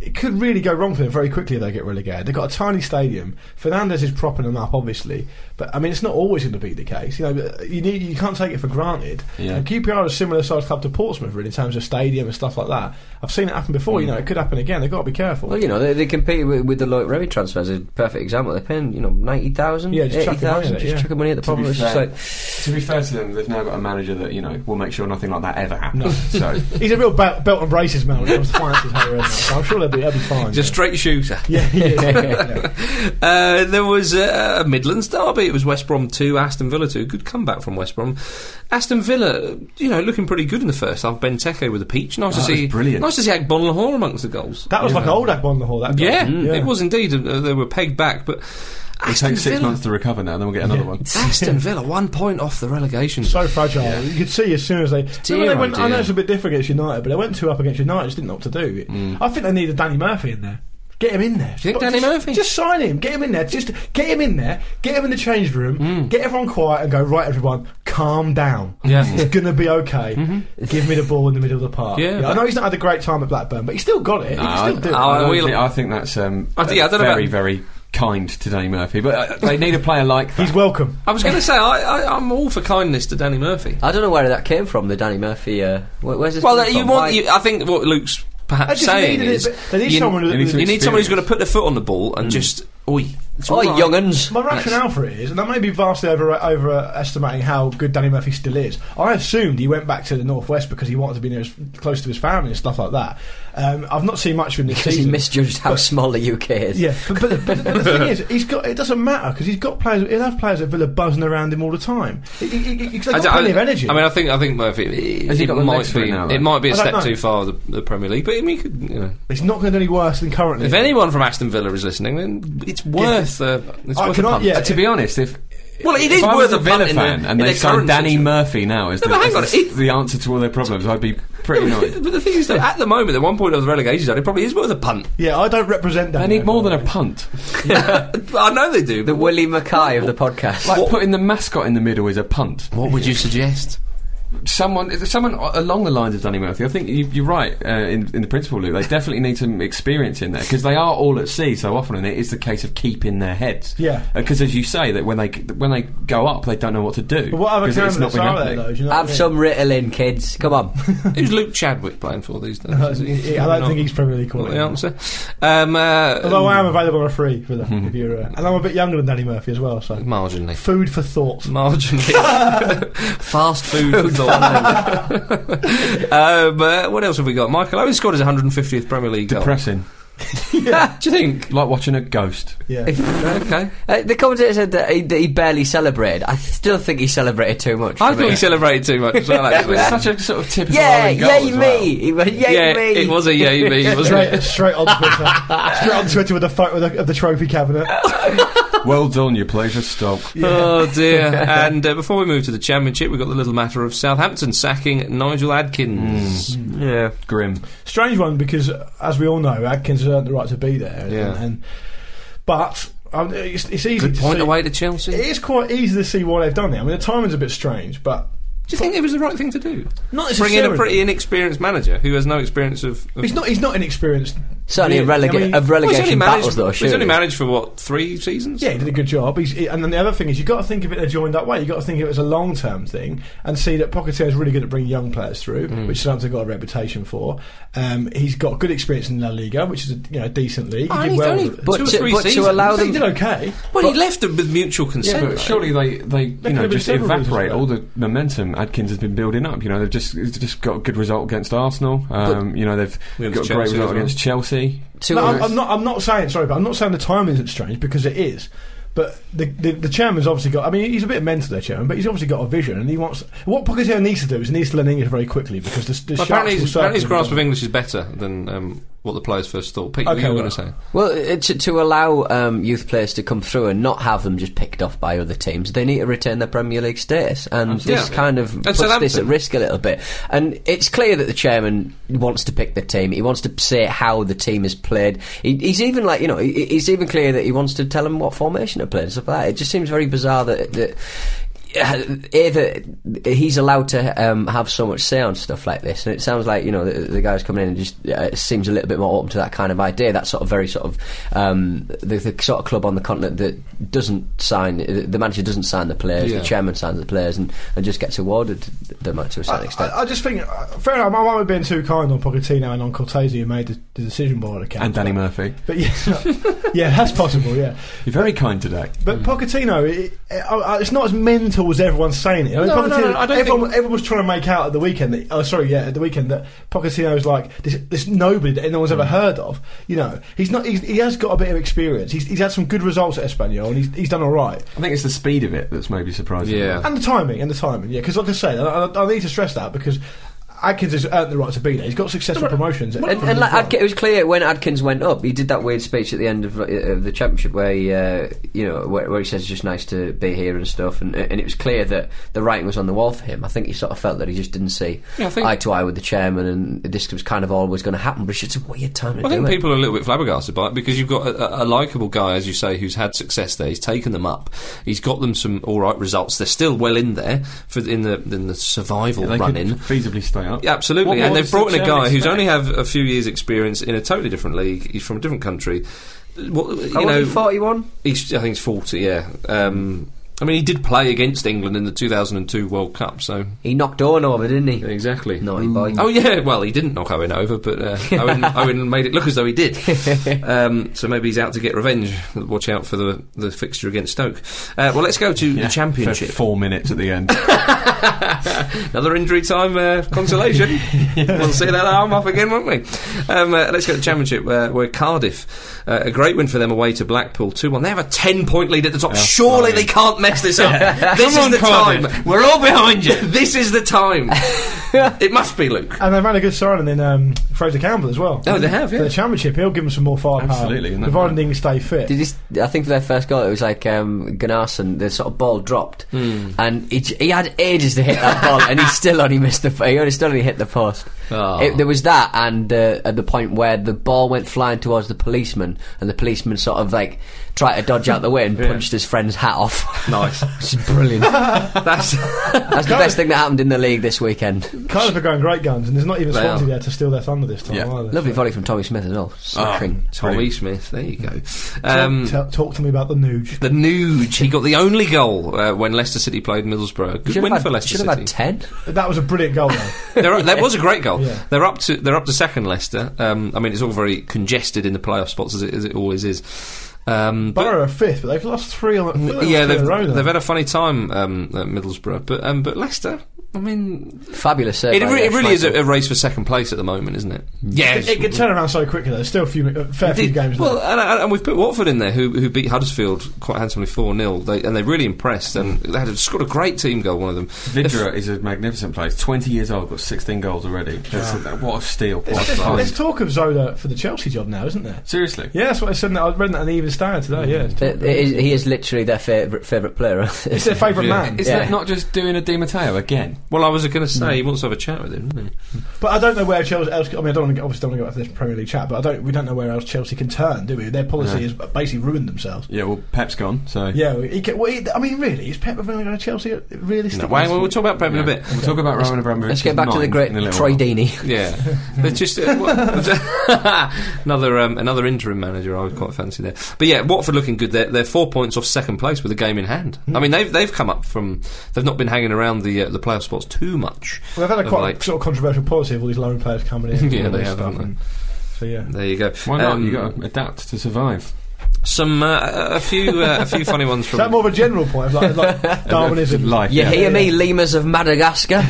S5: It could really go wrong for them very quickly if they get relegated. They've got a tiny stadium. Fernandez is propping them up, obviously, but I mean it's not always going to be the case. You know, but uh, you need, you can't take it for granted.
S4: Yeah.
S5: And QPR is a similar sized club to Portsmouth, really, in terms of stadium and stuff like that. I've seen it happen before. You know, it could happen again. They've got to be careful.
S3: Well, you know, they, they compete with, with the Lloyd Remy transfers. A perfect example. They're paying, you know, ninety thousand,
S5: Yeah, just
S3: eighty
S5: chucking money at
S3: thousand,
S5: it,
S3: just
S5: yeah.
S3: chucking money at the
S4: To
S3: problem.
S4: be,
S3: It's just
S4: fair,
S3: like
S4: to be fair to them, they've now got a manager that you know will make sure nothing like that ever happens. So
S5: He's a real belt, belt and braces man when it comes to finances. Harry Redknapp, so I'm sure they'll be, they'll be fine.
S2: Just
S5: yeah.
S2: straight shooter.
S5: yeah, he is, yeah, yeah.
S2: Uh, there was uh, a Midlands derby. It was West Brom 2, Aston Villa 2. Good comeback from West Brom. Aston Villa, you know, looking pretty good in the first half. Benteke with a peach. Nice
S4: That
S2: to
S4: was
S2: see.
S4: brilliant.
S2: Nice to see Agbon Lahore amongst the goals.
S5: That was Mm, like an old Agbon the Hall. That guy.
S2: yeah, it was indeed. Uh, they were pegged back, but
S4: it
S2: Aston
S4: takes six
S2: Villa.
S4: months to recover now, then we'll get another one.
S2: Aston Villa, one point off the relegation.
S5: so fragile. You could see as soon as they. Remember
S2: oh
S5: they went, I know
S2: dear.
S5: it's a bit different against United, but they went two up against United. Just didn't know what to do. I think they needed Danny Murphy in there. Get him in there.
S2: Mm. you think
S5: But
S2: Danny
S5: just-
S2: Murphy?
S5: Just sign him. Get him in there. Just get him in there. Get him in the change room. Get everyone quiet and go. Right, everyone, calm down.
S2: Mm. Yeah. Mm-hmm.
S5: it's gonna be okay. Give me the ball in the middle of the park.
S2: Yeah.
S5: I know he's not had a great time at Blackburn, but he's still got it. he
S4: No,
S5: can still do it.
S2: I-
S4: I, don't
S2: we'll-
S4: think, I think that's um,
S2: I think- yeah, I don't know
S4: very,
S2: about-
S4: very kind to Danny Murphy. But uh, they need a player like that.
S5: He's welcome.
S2: I was going to say I, I, I'm all for kindness to Danny Murphy.
S3: I don't know where that came from. The Danny Murphy. Uh, where, where's this?
S2: Well,
S3: come
S2: you
S3: from? Why-
S2: want. You, I think what Luke's
S5: I
S2: perhaps
S5: just
S2: saying
S5: needed it,
S2: is
S5: but they need
S2: you,
S5: someone.
S4: you
S5: who-
S4: need
S2: you
S4: to-
S2: need someone who's going to put their foot on the ball and just oi. Mm. It's
S3: Hi,
S2: all right.
S3: young'uns.
S5: My rationale for it is, and that may be vastly over overestimating how good Danny Murphy still is. I assumed he went back to the northwest because he wanted to be near his, close to his family and stuff like that. Um, I've not seen much of him this
S3: Because he
S5: season.
S3: misjudged how
S5: But-
S3: small the UK is.
S5: Yeah, but, but, but the thing is, he's got. It doesn't matter because he's got players. He'll have players at Villa buzzing around him all the time. He, he, he, he's got
S2: I,
S5: plenty
S2: d-
S5: of
S2: I-
S5: energy.
S2: I mean, I think I think Murphy. It,
S4: Has he
S2: it
S4: got the legs
S2: might
S4: for it
S2: be
S4: now, though?
S2: it might be a
S5: I don't
S2: step
S5: know.
S2: too far the, the Premier League, but I mean, you could, you know,
S5: it's not going to do any worse than currently.
S2: if anyone from Aston Villa is listening, then it's worth. Uh, it's
S5: I
S2: worth
S5: cannot-
S2: a punt.
S5: yeah.
S4: Uh, to be honest, if
S2: Well, it
S4: if
S2: is
S4: I
S2: worth
S4: was
S2: a punt
S4: Villa
S2: in
S4: fan
S2: the-
S4: and
S2: in
S4: they
S2: the
S4: signed
S2: current
S4: Danny
S2: situation.
S4: Murphy now as
S2: No,
S4: the,
S2: but hang
S4: as
S2: on,
S4: the,
S2: it-
S4: the answer to all their problems, I'd be pretty annoyed.
S2: But the thing is, though, at the moment, the one point of the relegation zone, it probably is worth a punt.
S5: yeah, I don't represent Danny.
S4: I need
S5: Murphy,
S4: more
S5: by
S4: than
S5: the
S4: a
S5: way.
S4: punt.
S2: I know they do.
S3: The
S2: But
S3: Willie Mackay of the podcast.
S4: Like putting the mascot in the middle is a punt.
S2: what would you suggest?
S4: someone is there someone a- along the lines of Danny Murphy. I think you, you're right uh, in, in the principal loop. They definitely need some experience in there because they are all at sea so often, and it is the case of keeping their heads.
S5: Yeah.
S4: Because as you say, that when they when they go up, they don't know what to do.
S5: But what other
S4: 'cause it's not
S5: candidates
S4: been
S5: are there
S4: happening.
S5: though? Do you know what
S3: Have
S5: I mean?
S3: some Ritalin, kids. Come on.
S2: Who's Luke Chadwick playing for these days?
S5: I don't think he's Premier League
S2: Not the
S5: quality.
S2: answer. Um, uh,
S5: Although I am available on a free for that, if you're, uh, and I'm a bit younger than Danny Murphy as well. So
S2: marginally.
S5: food for thought.
S2: Marginally. Fast food. thought. um, uh, what else have we got? Michael Owen scored his 150th Premier League goal.
S4: Depressing,
S2: Do you think?
S4: like watching a ghost.
S5: Yeah.
S2: Okay.
S3: Uh, the commentator said that he, that he barely celebrated. I still think he celebrated too much.
S2: I
S3: for
S2: thought
S3: me.
S2: he celebrated too much. as well, actually.
S4: It's such a sort of typical.
S3: Yeah,
S4: Ireland goal
S3: yay
S4: as well.
S3: me! He went, yay
S2: yeah,
S3: me!
S2: it was a yay me, wasn't it?
S5: Straight, straight on Twitter. straight on Twitter with a photo of the, of the trophy cabinet.
S4: Well done, you pleasure Stoke.
S2: Oh dear! and uh, before we move to the championship, we've got the little matter of Southampton sacking Nigel Adkins.
S4: Yeah, grim.
S5: Strange one because, as we all know, Adkins has earned the right to be there.
S2: Yeah.
S5: And, and- but um, it's, it's easy
S2: Good
S5: to
S2: point
S5: see.
S2: away to
S5: It
S2: Chelsea.
S5: is quite easy to see why they've done it. I mean, the timing's a bit strange, but
S2: Do you think it was the right thing to do?
S5: not
S2: Bring in a pretty inexperienced manager who has no experience of. of
S5: He's not. He's not inexperienced.
S3: Certainly a
S5: really. I
S3: relega-
S5: mean-
S3: of
S2: Well, he's only
S3: relegation
S2: managed-
S3: battles, though.
S2: well, He's only
S3: surely.
S2: managed for what three seasons?
S5: Yeah, he did a good job. He's, he- and then the other thing is, you've got to think of it in a joined up way. You've got to think of it as a long term thing and see that Pochettino's really good at bringing young players through,
S2: Mm.
S5: which Southampton got a reputation for. Um, he's got good experience in La Liga, which is a you know, decent league. He
S2: Oh,
S5: did
S2: he's
S5: well
S2: only-
S5: with it.
S3: but
S2: two or
S3: to,
S2: three
S3: but to
S2: seasons.
S3: allow
S5: he
S3: them,
S5: did okay.
S2: Well, he left them with mutual
S4: Yeah,
S2: consent.
S4: but
S2: though.
S4: surely they, they you
S5: could
S4: know
S5: have been
S4: just
S5: several reasons
S4: evaporate
S5: for
S4: all the momentum Adkins has been building up. You know they've just it's just got a good result against Arsenal. Um, you know they've
S2: Yeah,
S4: got a
S2: Chelsea
S4: great
S2: as
S4: result
S2: well.
S4: against Chelsea.
S3: to,
S5: No, I'm, I'm not. I'm not saying sorry, but I'm not saying the timing isn't strange because it is. But the, the the chairman's obviously got. I mean, he's a bit mental, the chairman, but he's obviously got a vision, and he wants. What Pochettino needs to do is he needs to learn English very quickly because the, the
S2: But apparently,
S5: Sharks
S2: his,
S5: will
S2: apparently his
S5: certainly-
S2: grasp of English is better than um, what the players first thought. Pete, what
S5: Okay,
S2: were you going
S5: well.
S2: to say?
S3: well, uh, to, to allow um, youth players to come through and not have them just picked off by other teams, they need to retain their Premier League status, and this
S2: Absolutely.
S3: kind of
S2: And
S3: puts this at
S2: Southampton.
S3: risk a little bit. And it's clear that the chairman wants to pick the team. He wants to say how the team is played. He, he's even like you know, he, he's even clear that he wants to tell them what formation to play and stuff like that. It just seems very bizarre that. that either he's allowed to um, have so much say on stuff like this, and it sounds like you know the, the guy's coming in and just uh, seems a little bit more open to that kind of idea. That sort of very sort of um, the, the sort of club on the continent that doesn't sign the manager doesn't sign the players,
S2: Yeah.
S3: the chairman signs the players, and, and just gets awarded them to a certain extent.
S5: I, I just think, uh, fair enough, I might have been too kind on Pochettino and on Cortese who made the, the decision by all accounts.
S4: And Danny
S5: but,
S4: Murphy,
S5: But yeah, yeah, that's possible, yeah.
S4: you're very kind today.
S5: But
S2: Hmm.
S5: Pochettino, it, it, I- I- it's not as mental as everyone's saying it. I mean,
S2: No, no,
S5: Pochettino,
S2: no, I don't
S5: everyone,
S2: think-
S5: everyone was trying to make out at the weekend that, oh, sorry, yeah, at the weekend that Pochettino's like this, this nobody that anyone's
S2: Hmm.
S5: ever heard of. You know, he's not. He's, he has got a bit of experience. He's, he's had some good results at Espanyol, and he's, he's done all right.
S4: I think it's the speed of it that's maybe surprising.
S2: Yeah.
S5: And the timing, and the timing, yeah. Because like I say, I, I, I need to stress that because Adkins has earned the right to be there. He's got successful promotions.
S3: And, and like Adki- it was clear when Adkins went up, he did that weird speech at the end of, uh, of the championship where he, uh, you know where, where he says it's just nice to be here and stuff, and, and it was clear that the writing was on the wall for him. I think he sort of felt that he just didn't see
S2: Yeah, I think-
S3: eye to eye with the chairman, and this was kind of always going to happen. But it's just a weird time to
S2: I
S3: do
S2: think
S3: it.
S2: people are a little bit flabbergasted by it because you've got a, a, a likable guy, as you say, who's had success there. He's taken them up. He's got them some all right results. They're still well in there for in the in the survival
S4: they could
S2: running.
S4: feasibly stay up.
S2: Yeah, absolutely.
S4: What
S2: and
S4: more
S2: they've
S4: does the
S2: brought in a
S4: chairman
S2: guy who's
S4: expect?
S2: only have a few years' experience in a totally different league. He's from a different country. What, you
S3: How old
S2: know,
S3: is he, 41?
S2: he's- I think he's forty. Yeah. Um, I mean, he did play against England in the 2002 World Cup, so
S3: He knocked Owen over, didn't he?
S2: exactly.
S3: Naughty boy.
S2: Oh yeah, well he didn't knock Owen over, but uh, Owen, Owen made it look as though he did. Um, so maybe he's out to get revenge. Watch out for the the fixture against Stoke. Uh, well, let's go to
S4: Yeah,
S2: the championship.
S4: For four minutes at the end.
S2: Another injury time uh, consolation. We'll see that arm off again, won't we? Um, uh, let's go to Championship, uh, where Cardiff, uh, a great win for them away to Blackpool, 2 1. They have a 10 point lead at the top. Surely they can't mess this up. this is the time.
S6: We're all behind you.
S2: This is the time. it must be Luke.
S5: And they've had a good signing in um, Fraser Campbell as well.
S2: Oh, they have,
S5: For
S2: yeah.
S5: the championship, he'll give them some more firepower.
S4: Absolutely, isn't that
S5: Provided
S4: right?
S5: they can stay fit.
S3: Did he, s- I think for their first goal, it was like um, Gunnarsson, the sort of ball dropped,
S2: Hmm.
S3: and he, j- he had ages to hit that ball, and he still only missed the. He only still only hit the post.
S2: Oh.
S3: It, there was that, and uh, at the point where the ball went flying towards the policeman, and the policeman sort of like tried to dodge out the way and punched his friend's hat off.
S2: Nice.
S3: It's brilliant.
S2: That's.
S3: That's the best thing that happened in the league this weekend.
S5: Cardiff are going great guns, and there's not even
S2: They
S5: Swansea
S2: are.
S5: there to steal their thunder this time,
S4: Yeah.
S5: are there?
S3: Lovely volley from Tommy Smith as well. Sucking.
S2: Ah, Tommy Smith, there you go.
S5: Talk,
S2: Um,
S5: tell- talk to me about the Nuge.
S2: the Nuge, he got the only goal uh, when Leicester City played Middlesbrough. Good
S3: Should
S2: win
S3: have
S2: for
S3: had,
S2: Leicester
S3: should
S2: City.
S3: have had ten.
S5: That was a brilliant goal, though.
S2: they're, that was a great goal.
S5: Yeah.
S2: They're up to they're up to second Leicester. Um, I mean, it's all very congested in the playoff spots as it, as it always is. Um, but
S5: Borough are fifth, but they've lost three on I feel like they've
S2: yeah,
S5: lost three
S2: they've,
S5: in a row, though.
S2: they've had a funny time um, at Middlesbrough, but um, but Leicester. I mean,
S3: Fabulous save.
S2: it,
S3: by
S2: re- it really is a,
S3: Schmeichel.
S2: a race for second place at the moment, isn't it? Yeah,
S5: Mm. It could turn around so quickly. though. There's still a few, a fair few
S2: Did-
S5: games
S2: well,
S5: left.
S2: and, and, and we've put Watford in there, who who beat Huddersfield quite handsomely four 0 they, and they really impressed, and they had a, scored a great team goal. One of them,
S4: Vidra is a magnificent player. He's 20 years old, got 16 goals already. That's a- what a steal. What a
S5: There's,
S4: find.
S5: there's talk of Zola for the Chelsea job now, isn't there?
S4: Seriously.
S5: Yeah, that's what I said. in that- I read that in the Even Standard today. Yeah, it's,
S3: It- it is- he is literally their favourite favourite player.
S5: it's their favourite
S2: Yeah.
S5: man.
S4: Is
S3: Yeah.
S4: that not just doing a Di Matteo again?
S2: Well, I was going to say
S5: Mm.
S2: he wants to have a chat with him. Didn't he?
S5: But I don't know where Chelsea. Else, I mean, I don't want to, obviously don't want to go back to this Premier League chat, but I don't. We don't know where else Chelsea can turn, do we? Their policy has basically ruined themselves.
S4: Yeah, well, Pep's gone, so.
S5: Yeah, he can, well, he, I mean, really, is Pep going to go to Chelsea? Realistically,
S2: Well, we'll talk about Pep in a bit.
S4: We'll talk about Roman Abramovich.
S3: Let's get back to the
S4: nine
S3: great
S4: in a little
S3: Troy
S4: while.
S3: Deeney.
S2: Yeah, they're just uh, what- another um, another interim manager. I would quite fancy there. But yeah, Watford looking good. They're, they're four points off second place with a game in hand.
S5: Hmm.
S2: I mean, they've they've come up from. They've not been hanging around the uh, the playoff spots too much.
S5: well, they've had a
S2: of
S5: quite
S2: late.
S5: sort of controversial policy of all these loan players coming in. and
S2: Yeah,
S5: all
S2: they
S5: this
S2: have,
S5: stuff
S2: haven't they?
S5: and- So yeah,
S2: There you go.
S4: Why not?
S2: Um,
S4: you got to adapt to survive.
S2: some uh, a few uh, a few funny ones
S5: is that
S2: from.
S5: more of a general point, of like, like Darwinism?
S4: Life.
S3: You
S4: yeah.
S3: hear me, lemurs of Madagascar?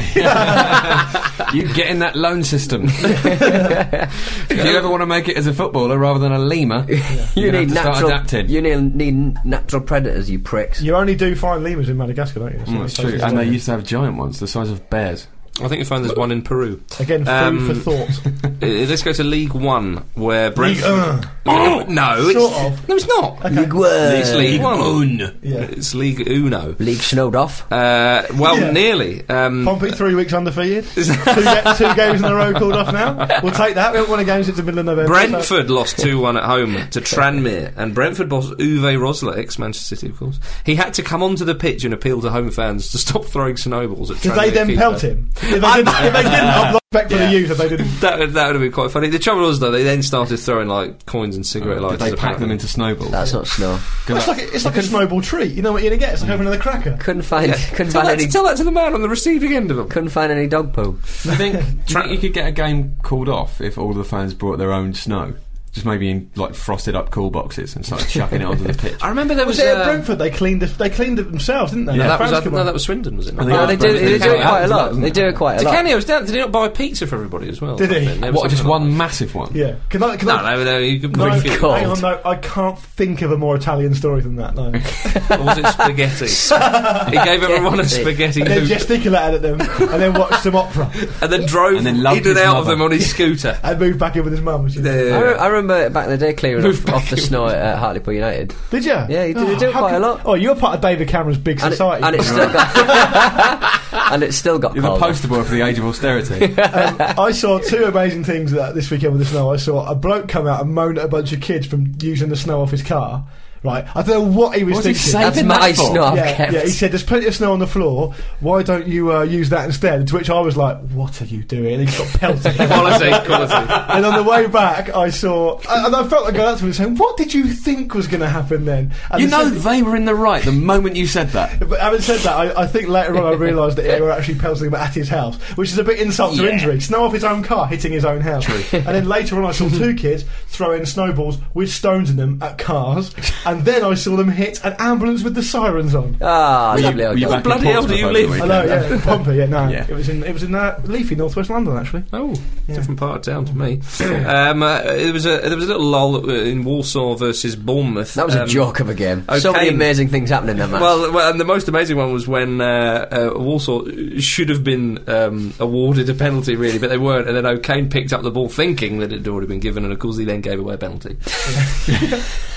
S4: You get in that loan system. if you ever want to make it as a footballer rather than a lemur,
S3: you
S4: you're gonna
S3: need
S4: have to start
S3: natural.
S4: adapting.
S3: You need, need natural predators, you pricks.
S5: You only do find lemurs in Madagascar, don't you?
S4: Mm, that's true. And they used to have giant ones, the size of bears.
S2: I think we find there's one in Peru.
S5: Again, food
S2: Um,
S5: for thought.
S2: Uh, let's go to League One, where
S5: League,
S2: Brentford.
S5: uh,
S2: Oh, no,
S5: Sort
S2: it's,
S5: of.
S2: no, it's not.
S5: okay.
S2: It's League One.
S5: Yeah.
S2: It's League Uno.
S3: League snowed off.
S2: Uh, well,
S5: Yeah.
S2: nearly. Um,
S5: Pompey three weeks undefeated. two, ga- two games in a row called off now. We'll take that. We haven't won a game since the middle of November. So.
S2: Brentford lost 2 1 at home to Tranmere, and Brentford boss Uwe Rosler, ex Manchester City, of course, he had to come onto the pitch and appeal to home fans to stop throwing snowballs at
S5: Did
S2: Tranmere.
S5: they then
S2: keeper.
S5: pelt him? If they didn't, if they didn't I'd like back for the youth if they didn't.
S2: That, would- that would have been quite funny. The trouble was, though, they then started throwing like coins and cigarette
S4: Did
S2: lighters.
S4: they pack them
S2: apparently.
S4: into snowballs?
S3: That's not snow.
S4: Good
S5: It's
S4: luck.
S5: like, a- it's like a snowball treat. You know what you're going to get? It's like having another cracker.
S3: Couldn't find. Couldn't
S2: Tell
S3: find
S2: that, to,
S3: any.
S2: tell that to the man on the receiving end of them.
S3: Couldn't find any dog poo.
S4: Do you think, do you think you could get a game called off if all the fans brought their own snow? Just maybe in like frosted up cool boxes and started chucking it onto the pitch.
S2: I remember there was.
S5: Was it at
S2: uh,
S5: Brentford? They cleaned it, they cleaned it themselves, didn't they?
S2: no,
S5: The
S2: that was,
S5: fans
S2: uh,
S5: come
S2: no,
S5: on.
S2: that was Swindon, was it? Oh,
S4: I
S2: Not?
S4: think
S3: No, they do. They do it
S4: Yeah.
S3: quite a lot. They do it quite a lot.
S2: Decanio was down. Did he not buy pizza for everybody as well?
S5: Did he?
S2: Something. There was
S4: What, just
S2: something like
S4: one
S2: that.
S4: massive one?
S5: Yeah. Can I? Can
S2: No,
S5: I?
S2: no, no, you could
S5: no,
S2: bring
S5: hang
S2: fuel.
S5: on, no, I can't think of a more Italian story than that. No,
S2: Or was it spaghetti? he gave everyone a spaghetti
S5: they
S2: hoop.
S5: gesticulated at them and then watched some opera
S2: and then drove
S4: And then
S2: in
S4: loved
S2: and
S4: his
S2: out of
S4: mother.
S2: them on his scooter.
S5: and moved back in with his mum. which is-
S3: I,
S2: There.
S3: re- I remember back in the day clearing
S2: Move
S3: off, off the
S2: back.
S3: snow at uh, Hartlepool United,
S5: Did you?
S3: Yeah, he did- he
S5: Oh,
S3: did
S5: how
S3: quite a
S5: could-
S3: lot.
S5: Oh, you're part of David Cameron's big
S3: and it,
S5: society.
S3: and it still got and it still got
S4: You're the
S3: cold.
S4: poster boy for the age of austerity.
S5: Um, I saw two amazing things that this weekend with the snow. I saw a bloke come out and moan at a bunch of kids from using the snow off his car. Right, I don't know what he was
S4: What was he
S5: thinking.
S4: saying?
S3: That's
S4: Saving
S3: my
S4: that for?
S3: snow I've
S5: yeah,
S3: kept.
S5: yeah, he said, "There's plenty of snow on the floor. Why don't you uh, use that instead?" To which I was like, "What are you doing?" And he got pelted.
S2: Quality, quality.
S5: and on the way back, I saw, and and I felt like going up to him and saying, "What did you think was going to happen then?" And
S4: You
S5: the
S4: know
S5: second-
S4: they were in the right the moment you said that.
S5: But having said that, I, I think later on I realised that they were actually pelting him at his house, which is a big insult to
S6: Yeah.
S5: injury. Snow off his own car, hitting his own house. and then later on, I saw two kids throwing snowballs with stones in them at cars, and then I saw them hit an ambulance with the sirens on.
S3: Ah, you little
S4: Were you
S3: guy.
S4: back in
S2: bloody hell do
S4: Portsmouth
S2: you
S4: over the
S2: live?
S4: weekend?
S5: I know, yeah, Pomper, yeah, no,
S4: Yeah.
S5: it was in it was in uh, leafy northwest London actually.
S2: Oh, different part of town to me. Um, uh, it was a there was a little lull that were in Warsaw versus Bournemouth.
S3: That was a
S2: Um,
S3: joke of a game. So
S2: okay.
S3: many amazing things happening in that match.
S2: Well, well, and the most amazing one was when uh, uh, Warsaw should have been um, awarded a penalty, really, but they weren't. And then O'Kane picked up the ball thinking that it had already been given, and of course he then gave away a penalty.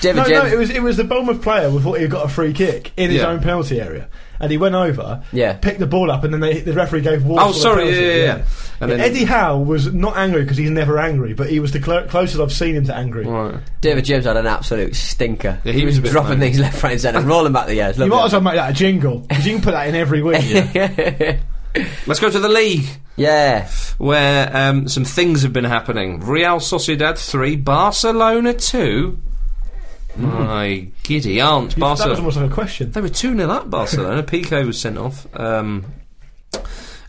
S3: David
S5: No, no,
S3: James.
S5: it was it was the Bournemouth player who thought he got a free kick in his
S2: Yeah.
S5: own penalty area, and he went over,
S3: Yeah.
S5: picked the ball up, and then they, the referee gave Warsaw.
S2: Oh,
S5: the
S2: sorry,
S5: penalty,
S2: yeah, yeah, yeah. And then-
S5: Eddie Howe was not angry because he's never angry, but he was the cl- closest I've seen him to angry.
S2: Right.
S3: David James had an absolute stinker.
S2: Yeah, he was a bit
S3: dropping
S2: mad.
S3: things left, right, and centre, rolling back the years.
S5: You might as well make that a jingle because you can put that in every week.
S3: yeah.
S2: Let's go to the league.
S3: yeah.
S2: where um, some things have been happening. Real Sociedad 3, Barcelona 2. My giddy aunt.
S5: That was
S2: Barcelona.
S5: almost like a question.
S2: They were 2 0 up, Barcelona. Pico was sent off. Um,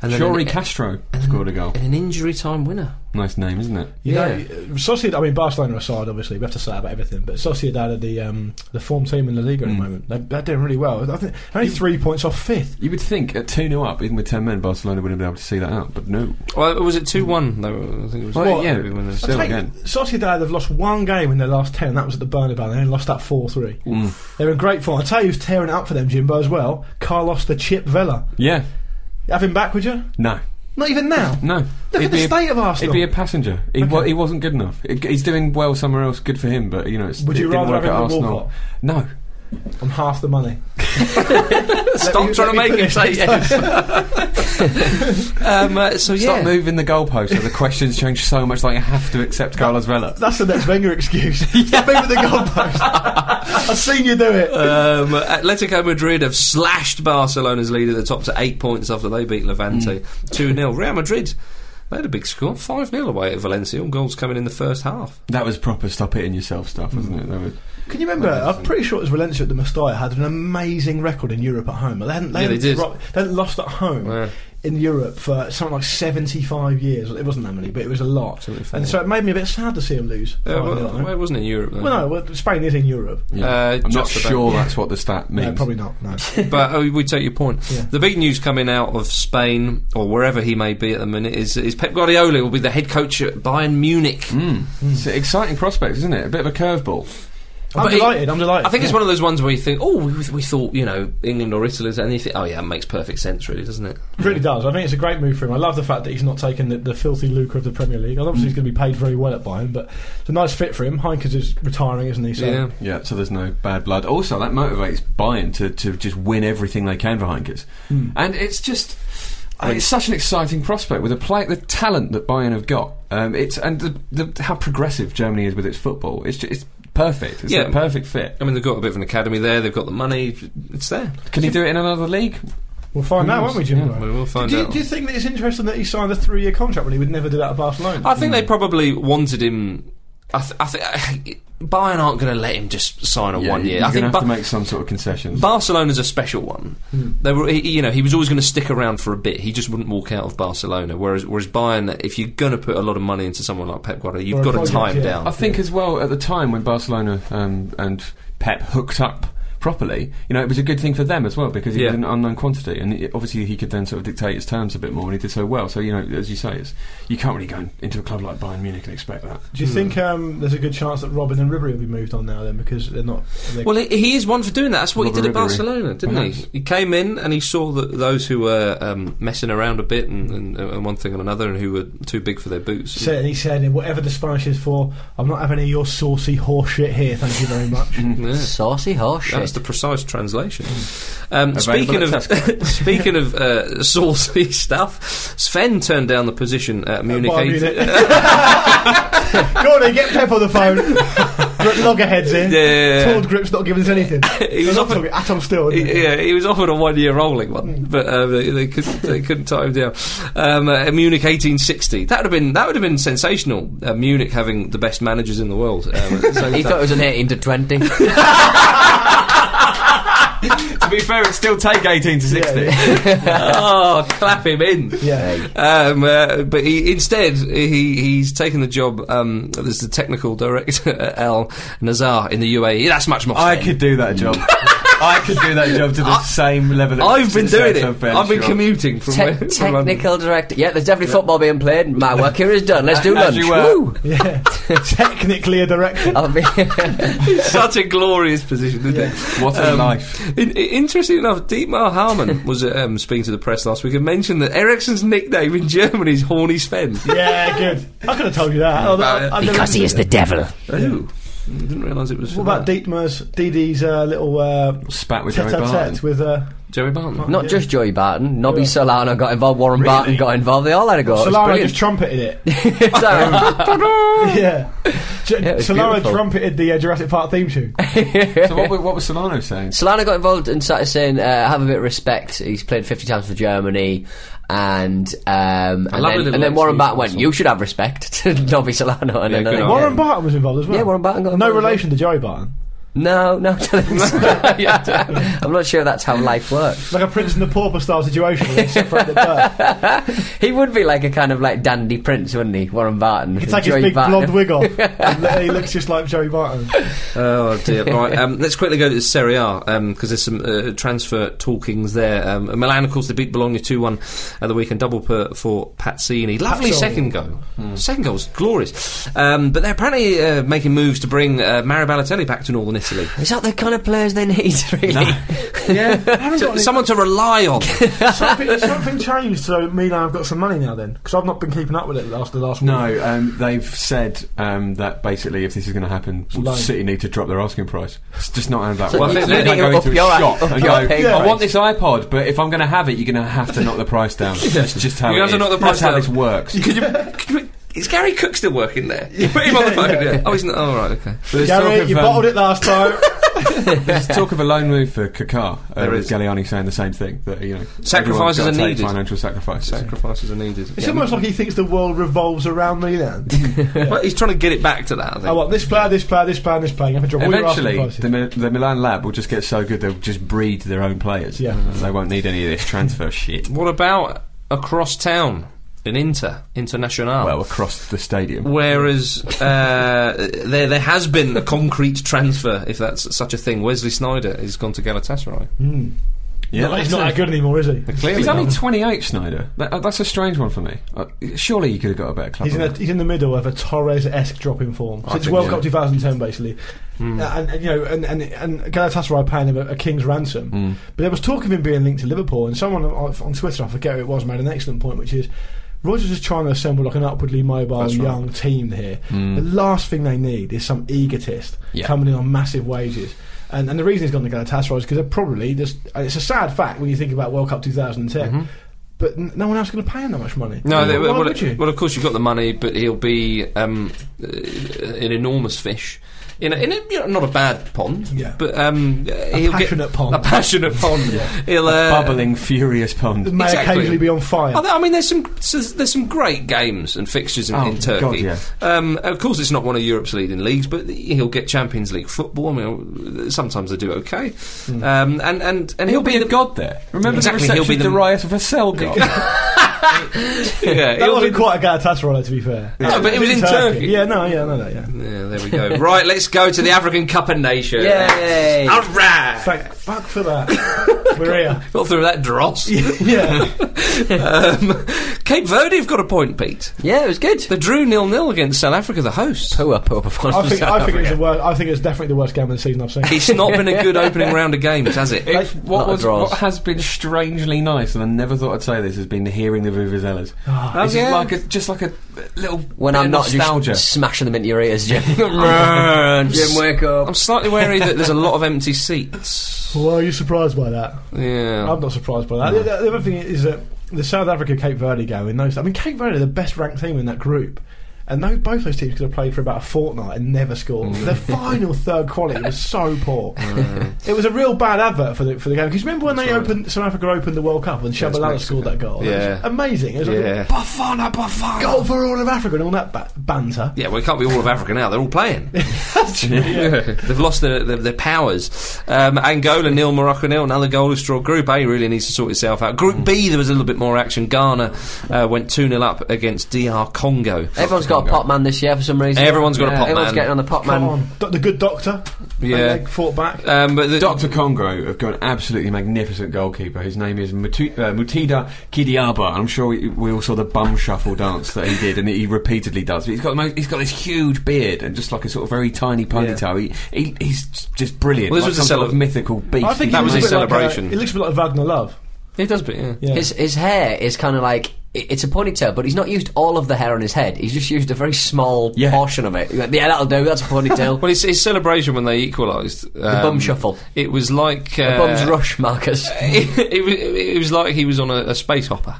S2: and then
S4: Shory
S2: an,
S4: Castro scored a goal.
S2: and an injury time winner.
S4: Nice name, isn't it?
S5: You
S2: Yeah.
S5: know, Sociedad. I mean, Barcelona aside, obviously we have to say about everything, but Sociedad are the um, the form team in the league at
S2: Mm.
S5: the moment. They're, they're doing really well. I think only three points off fifth.
S4: You would think at 2 0 up, even with 10 men, Barcelona wouldn't be able to see that out, but no.
S2: Well, was it 2 1? I think it was.
S4: Well, yeah,
S2: maybe when they-
S4: still
S5: I think
S4: again.
S5: Sociedad have lost one game in their last ten. That was at the Bernabeu. and They only lost that four three.
S2: Mm.
S5: They're in great form. I tell you, who's tearing it up for them, Jimbo, as well. Carlos the Chip Vela.
S4: Yeah.
S5: Have him back, would you?
S4: No.
S5: Not even now.
S4: No.
S5: Look at the
S4: be a-
S5: state of
S4: He'd
S5: Arsenal.
S4: be a passenger. He, wa- he wasn't good enough. He- he's doing well somewhere else. Good for him, but you know, it's,
S5: Would
S4: it
S5: you
S4: didn't
S5: rather
S4: work
S5: have
S4: at
S5: him than
S4: Arsenal.
S5: Walcott?
S4: No,
S5: On half the money.
S2: Stop
S5: me-
S2: trying
S5: let
S2: to
S5: me
S2: make him say
S5: finish.
S2: yes. um, uh, so, yeah.
S4: stop moving the goalpost. so the questions change so much. Like you have to accept Carlos Vela.
S5: That's the next Wenger excuse. Stop moving the goalpost. I've seen you do it.
S2: um, Atletico Madrid have slashed Barcelona's lead at the top to eight points after they beat Levante
S5: Hmm.
S2: 2 0. Real Madrid, they had a big score 5 0 away at Valencia. All goals coming in the first half.
S4: That was proper stop hitting yourself stuff, wasn't it? That was,
S5: Can you remember? I'm pretty sure it was Valencia at the Mestalla had an amazing record in Europe at home. They hadn't, they
S2: Yeah, they
S5: hadn't
S2: did.
S5: dro- they hadn't lost at home
S2: Yeah.
S5: in Europe for something like 75 years. It wasn't that many, but it was a lot. And so it made me a bit sad to see them lose.
S2: Uh,
S5: 5-0 at
S2: well,
S5: home.
S2: well, it wasn't in Europe, though.
S5: eh? Well, no, well, Spain is in Europe.
S4: yeah.
S2: Uh,
S4: I'm not
S2: just about-
S4: sure that's what the stat means.
S5: No, probably not. No.
S2: but oh, we take your point.
S5: Yeah.
S2: The big news coming out of Spain or wherever he may be at the minute is, is Pep Guardiola will be the head coach at Bayern Munich.
S5: Hmm.
S4: Mm. It's an exciting prospects, isn't it? A bit of a curveball.
S5: I'm
S2: But it-
S5: delighted. I'm delighted.
S2: I think it's
S5: Yeah.
S2: one of those ones where you think, oh, we, we thought, you know, England or Italy, and you think, oh, yeah, that makes perfect sense, really, doesn't it?
S5: It really does. I think it's a great move for him. I love the fact that he's not taking the, the filthy lucre of the Premier League. And Obviously, he's going to be paid very well at Bayern, but it's a nice fit for him. Heinkes is retiring, isn't he? So
S2: Yeah.
S4: Yeah, so there's no bad blood. Also, that motivates Bayern to, to just win everything they can for Heinkes.
S2: Hmm.
S4: And it's just. I mean, it's such an exciting prospect with a play, the talent that Bayern have got. Um, it's and the, the, how progressive Germany is with its football. It's just, it's perfect. It's
S2: Yeah.
S4: the perfect fit.
S2: I mean, they've got a bit of an academy there. They've got the money. It's there.
S4: Can he do it in another league?
S5: we'll find out, won't we, Jim?
S2: We will find
S5: do, you,
S2: out.
S5: do you think that it's interesting that he signed a three-year contract when he would never do that at Barcelona?
S2: I
S4: Hmm.
S2: think they probably wanted him. I, th- I think Bayern aren't going to let him just sign a
S4: Yeah,
S2: one year.
S4: You're
S2: I
S4: going to
S2: think
S4: have
S2: Ba-
S4: to make some sort of concessions.
S2: Barcelona's a special one.
S5: Hmm.
S2: They were, he, you know, he was always going to stick around for a bit. He just wouldn't walk out of Barcelona. Whereas, whereas Bayern, if you're going to put a lot of money into someone like Pep Guardiola,
S5: Or
S2: you've
S5: a
S2: got to
S5: project,
S2: tie him
S5: yeah.
S2: down.
S4: I think as well at the time when Barcelona um, and Pep hooked up properly, you know, it was a good thing for them as well because he
S2: Yeah.
S4: was an unknown quantity, and it- obviously he could then sort of dictate his terms a bit more, and he did so well. So you know, as you say, it's, you can't really go in- into a club like Bayern Munich and expect that.
S5: Do
S2: Hmm.
S5: you think um, there's a good chance that Robin and Ribery will be moved on now then because they're not? They're
S2: Well, he, he is one for doing that. That's what he
S4: Robert
S2: did at
S4: Ribery.
S2: Barcelona, didn't he?
S4: Perhaps.
S2: He came in and he saw that those who were um, messing around a bit and, and, and one thing and another, and who were too big for their boots.
S5: said, and he said, whatever the Spanish is for, I'm not having any of your saucy horse shit here. Thank you very much.
S2: Yeah.
S3: Saucy horse shit.
S2: that's the precise translation. Um,
S4: Available
S2: speaking
S4: at
S2: of speaking of uh, saucy stuff, Sven turned down the position at Munich.
S5: Bayern
S2: 18
S5: Munich. Go on, then, get Pep on the phone. Look, Loggerheads in.
S2: Yeah, yeah, yeah.
S5: Tord Grip's not giving us anything.
S2: He was
S5: They're not
S2: offered-
S5: talking Hmm. at all still. isn't
S2: He-
S5: he?
S2: Yeah, he was offered a one-year rolling one, but uh, they, they, could, they couldn't tie him down. Um, uh, Munich 1860. That would have been that would have been sensational. Uh, Munich having the best managers in the world. Um, at the same
S3: He
S2: time.
S3: thought it was an 18 to 20.
S4: to be fair, it still take 18 to 60.
S2: oh, clap him in.
S5: Yeah.
S2: Um, uh, but he, instead, he, he's taken the job um, as the technical director at Al Nazar in the UAE. That's much more.
S4: I
S2: fun.
S4: could do that job. I could do that job to the same level. that
S2: I've been doing
S4: success,
S2: it.
S4: I'm
S2: I've
S4: fairly
S2: been
S4: sure.
S2: commuting from, where,
S3: Te-
S2: from London.
S3: technical director. Yeah, there's definitely football being played. My work here is done. Let's do
S4: As
S3: lunch.
S4: you were.
S3: Woo!
S5: Yeah. Technically a director.
S3: I'll be
S2: Such a glorious position, isn't it?
S4: What a
S2: Um,
S4: life.
S2: In, i interesting enough, Dietmar Harman was um, speaking to the press last week and mentioned that Ericsson's nickname in Germany is Horny Sven.
S5: Yeah, good. I could have told you that. Although I- I've never-
S6: Because he is the devil.
S2: Ooh, I Mm-hmm. didn't realise it was.
S5: What
S2: for
S5: about
S2: that.
S5: Dietmar's, Didi's uh, little uh,
S4: Spat with Joey
S5: tete-a-tete
S4: Barton.
S5: with uh,
S2: Jerry Barton?
S3: Not just Joey Barton. Nobby Solano got involved. Warren Barton got involved. They all had a go. It was
S5: Solana
S3: Oh, brilliant.
S5: just trumpeted it.
S3: So-
S5: yeah. J-
S3: Yeah, it was
S5: Solana
S3: beautiful.
S5: trumpeted the uh, Jurassic Park theme tune.
S4: So what, wa- what was Solano saying?
S3: Solana got involved and started saying, uh, "Have a bit of respect." He's played fifty times for Germany, and um,
S2: love
S3: and,
S2: a
S3: then,
S2: little
S3: and then Warren
S2: excuse
S3: Barton
S2: for
S3: went,
S2: someone.
S3: "You should have respect." to Nobby Solano, and
S2: Yeah,
S3: then
S2: good
S3: I think-
S2: on
S5: Warren Barton was involved as well.
S3: Yeah, Warren Barton got
S5: No
S3: involved as
S5: relation to Joey Barton.
S3: No, no, I don't think so. I'm not sure that's how life works.
S5: Like a Prince and the Pauper style situation where they separate the dirt.
S3: He would be like a kind of like dandy prince, wouldn't he? Warren Barton.
S5: He takes his
S3: Joey
S5: big
S3: Barton.
S5: blonde wig off. and then he looks just like Joey Barton.
S2: Oh dear! Right, um, let's quickly go to the Serie A because there's some uh, transfer talkings there. Um, Milan, of course, they beat Bologna two one at the weekend, double per, for Pazzini. Lovely
S5: Pazzini.
S2: second goal. Second goal was glorious. Um, but they're apparently uh, making moves to bring uh, Mario Balotelli back to Northern Italy.
S3: Is that the kind of players they need, really?
S2: yeah, someone to rely on.
S5: something, something changed, so Milan have got some money now then. Because I've not been keeping up with it the last, the last week.
S4: No, um, they've said um, that basically, if this is going to happen,
S5: loan.
S4: City need to drop their asking price. It's just not how that
S3: So
S4: works.
S2: you-
S4: They
S2: you
S4: can't
S2: need
S4: go
S3: to
S4: into
S3: up
S4: a
S3: your-
S4: shop
S3: up
S4: and
S3: your
S4: go,
S3: pay
S4: I
S5: price."
S4: want this iPod, but if I'm going to have it, you're going to have to knock the price down. That's just how
S2: You're
S4: it
S2: gonna have to knock
S4: is.
S2: the price
S4: That's how
S2: down.
S4: this works.
S2: Could you, could you- is Gary Cook still working there? You put him on the phone. Yeah, Oh, he's not. All right. Okay.
S4: But there's
S5: Gary,
S4: talk of,
S5: you
S4: um,
S5: bottled it last time.
S4: There's talk of a loan move for Kakar. Uh,
S2: There
S4: with
S2: is.
S4: Galliani saying the same thing that you know
S2: Sacrifices
S4: everyone's gotta
S2: are
S4: take
S2: needed.
S4: Financial sacrifices.
S2: Sacrifices are needed.
S5: It's almost like he thinks the world revolves around Milan.
S2: Well, he's trying to get it back to that. I think.
S5: I want this player, this player, this player, and this player. You have to drop all your asking
S4: Eventually,
S5: prices.
S4: the, Mi- the Milan lab will just get so good they'll just breed their own players.
S5: Yeah.
S4: And they won't need any of this transfer shit.
S2: What about across town in Inter International?
S4: Well, across the stadium.
S2: Whereas uh, there there has been a concrete transfer, if that's such a thing. Wesley Snyder has gone to Galatasaray.
S5: Mm.
S4: Yeah,
S5: Well, he's
S4: that's
S5: not
S4: a-
S5: that good anymore, is he?
S2: Clearly,
S4: He's only 28, Snyder. That, uh, that's a strange one for me. Uh, surely you could have got a better club.
S5: He's in,
S4: than
S5: a, he's in the middle of a Torres-esque drop in form since
S4: think
S5: World
S4: so.
S5: Cup 2010, basically. Uh, and, and, you know, and, and, and Galatasaray paying him a, a king's ransom. But there was talk of him being linked to Liverpool, and someone on, on Twitter, I forget who it was, made an excellent point, which is Rogers is trying to assemble like an upwardly mobile young team here. The last thing they need is some egotist
S4: Yeah.
S5: coming in on massive wages. And, and the reason he's gone to Galatasaray is because they're probably just. And it's a sad fact when you think about World Cup 2010. But n- no one else is going to pay him that much money.
S2: No, they,
S5: Why
S2: well,
S5: would you?
S2: well, of course you've got the money, but he'll be um, uh, an enormous fish. In a, in a, you know, not a bad pond,
S5: Yeah.
S2: but um, a he'll get-
S5: passionate pond.
S2: A passionate pond. He'll, uh,
S4: bubbling, furious
S5: It
S4: pond.
S5: may
S2: Exactly.
S5: occasionally be on fire.
S2: I mean, there's some so there's some great games and fixtures in,
S4: Oh,
S2: in Turkey.
S4: God, yeah.
S2: um, of course, it's not one of Europe's leading leagues, but he'll get Champions League football. I mean, sometimes they do okay, um, and and and
S4: He'll be a
S2: the
S4: god there. Remember
S2: Exactly,
S4: the
S2: he'll be
S4: reception
S2: the-
S4: Darius Vassell got?
S2: Yeah,
S5: that
S2: he'll
S5: wasn't
S2: be-
S5: quite a Galatasaray, to be fair.
S2: No, but it was in Turkey.
S5: Yeah, no, yeah, no, no, yeah.
S2: Yeah, there we go. right, let's go to the African Cup of Nations.
S3: Yay!
S2: All right.
S5: Thank fuck for that. We're here.
S2: Got through that dross.
S5: Yeah.
S2: um, Cape Verde have got a point, Pete.
S3: yeah, it was good.
S2: They drew nil nil against South Africa, the hosts.
S3: Poor, poor performance.
S5: I think, I think it's the worst. I think it's definitely the worst game of the season I've seen.
S2: It's not been a good opening round of games, has it?
S4: If
S3: Lot
S4: what,
S3: of
S4: was,
S3: draws.
S4: what has been strangely nice, and I never thought I'd say this, has been hearing the Vuvuzelas.
S2: Oh,
S4: It's
S2: yeah.
S4: just like a, just like a, little
S3: when
S4: bit
S3: I'm
S4: of
S3: not
S4: nostalgia.
S3: just smashing them into your ears, Jim. Run, Jim, wake up.
S2: I'm slightly wary that there's a lot of empty seats.
S5: Well, are you surprised by that?
S2: Yeah.
S5: I'm not surprised by that. The, the- the other thing is that the South Africa Cape Verde game in those. I mean, Cape Verde are the best ranked team in that group. And those, both those teams could have played for about a fortnight and never scored.
S2: Mm.
S5: The final third quality was so poor. It was a real bad advert for the for the game. Because remember when they opened South Africa opened the World Cup and Shabalala scored that goal? It was
S2: Yeah.
S5: amazing. It was
S2: yeah.
S5: like a goal for all of Africa and all that ba- banter.
S2: Yeah, well, it can't be all of Africa now. They're all playing. They've lost their, their, their powers. Um, Angola nil, Morocco nil. Another goalless draw. Group A really needs to sort itself out. Group B, there was a little bit more action. Ghana uh, went 2 0 up against DR Congo.
S3: Everyone's got a pot man this year for some reason.
S2: Everyone's got a pot
S3: Everyone's
S2: man.
S3: getting on the pot
S5: Come
S3: man.
S5: on, Do- the good doctor. and
S2: Yeah.
S5: they fought back.
S2: Um, but the,
S4: Dr. Congo have got an absolutely magnificent goalkeeper. His name is Mutu- uh, Mutida Kidiaba. I'm sure we, we all saw the bum shuffle dance that he did, and he repeatedly does. But he's got the most, he's got this huge beard and just like a sort of very tiny ponytail. He, he, he's just brilliant.
S2: Well, this
S4: like
S2: was
S4: some
S2: a
S4: sort of
S2: cele-
S4: mythical beast.
S5: I think
S2: that
S5: it
S2: was
S5: looks
S2: his
S5: a bit
S2: celebration.
S5: Like, uh, it looks a bit like Wagner Love.
S2: it does, but yeah.
S5: Yeah.
S3: His his hair is kind of like i- it's a ponytail, but he's not used all of the hair on his head. He's just used a very small
S4: Yeah.
S3: portion of it. He's like, yeah, that'll do. That's a ponytail.
S2: Well, his, his celebration when they equalised. Um,
S3: the bum shuffle,
S2: It was like. Uh,
S3: the bum's rush, Marcus.
S2: it, it, was- it was like he was on a, a space hopper.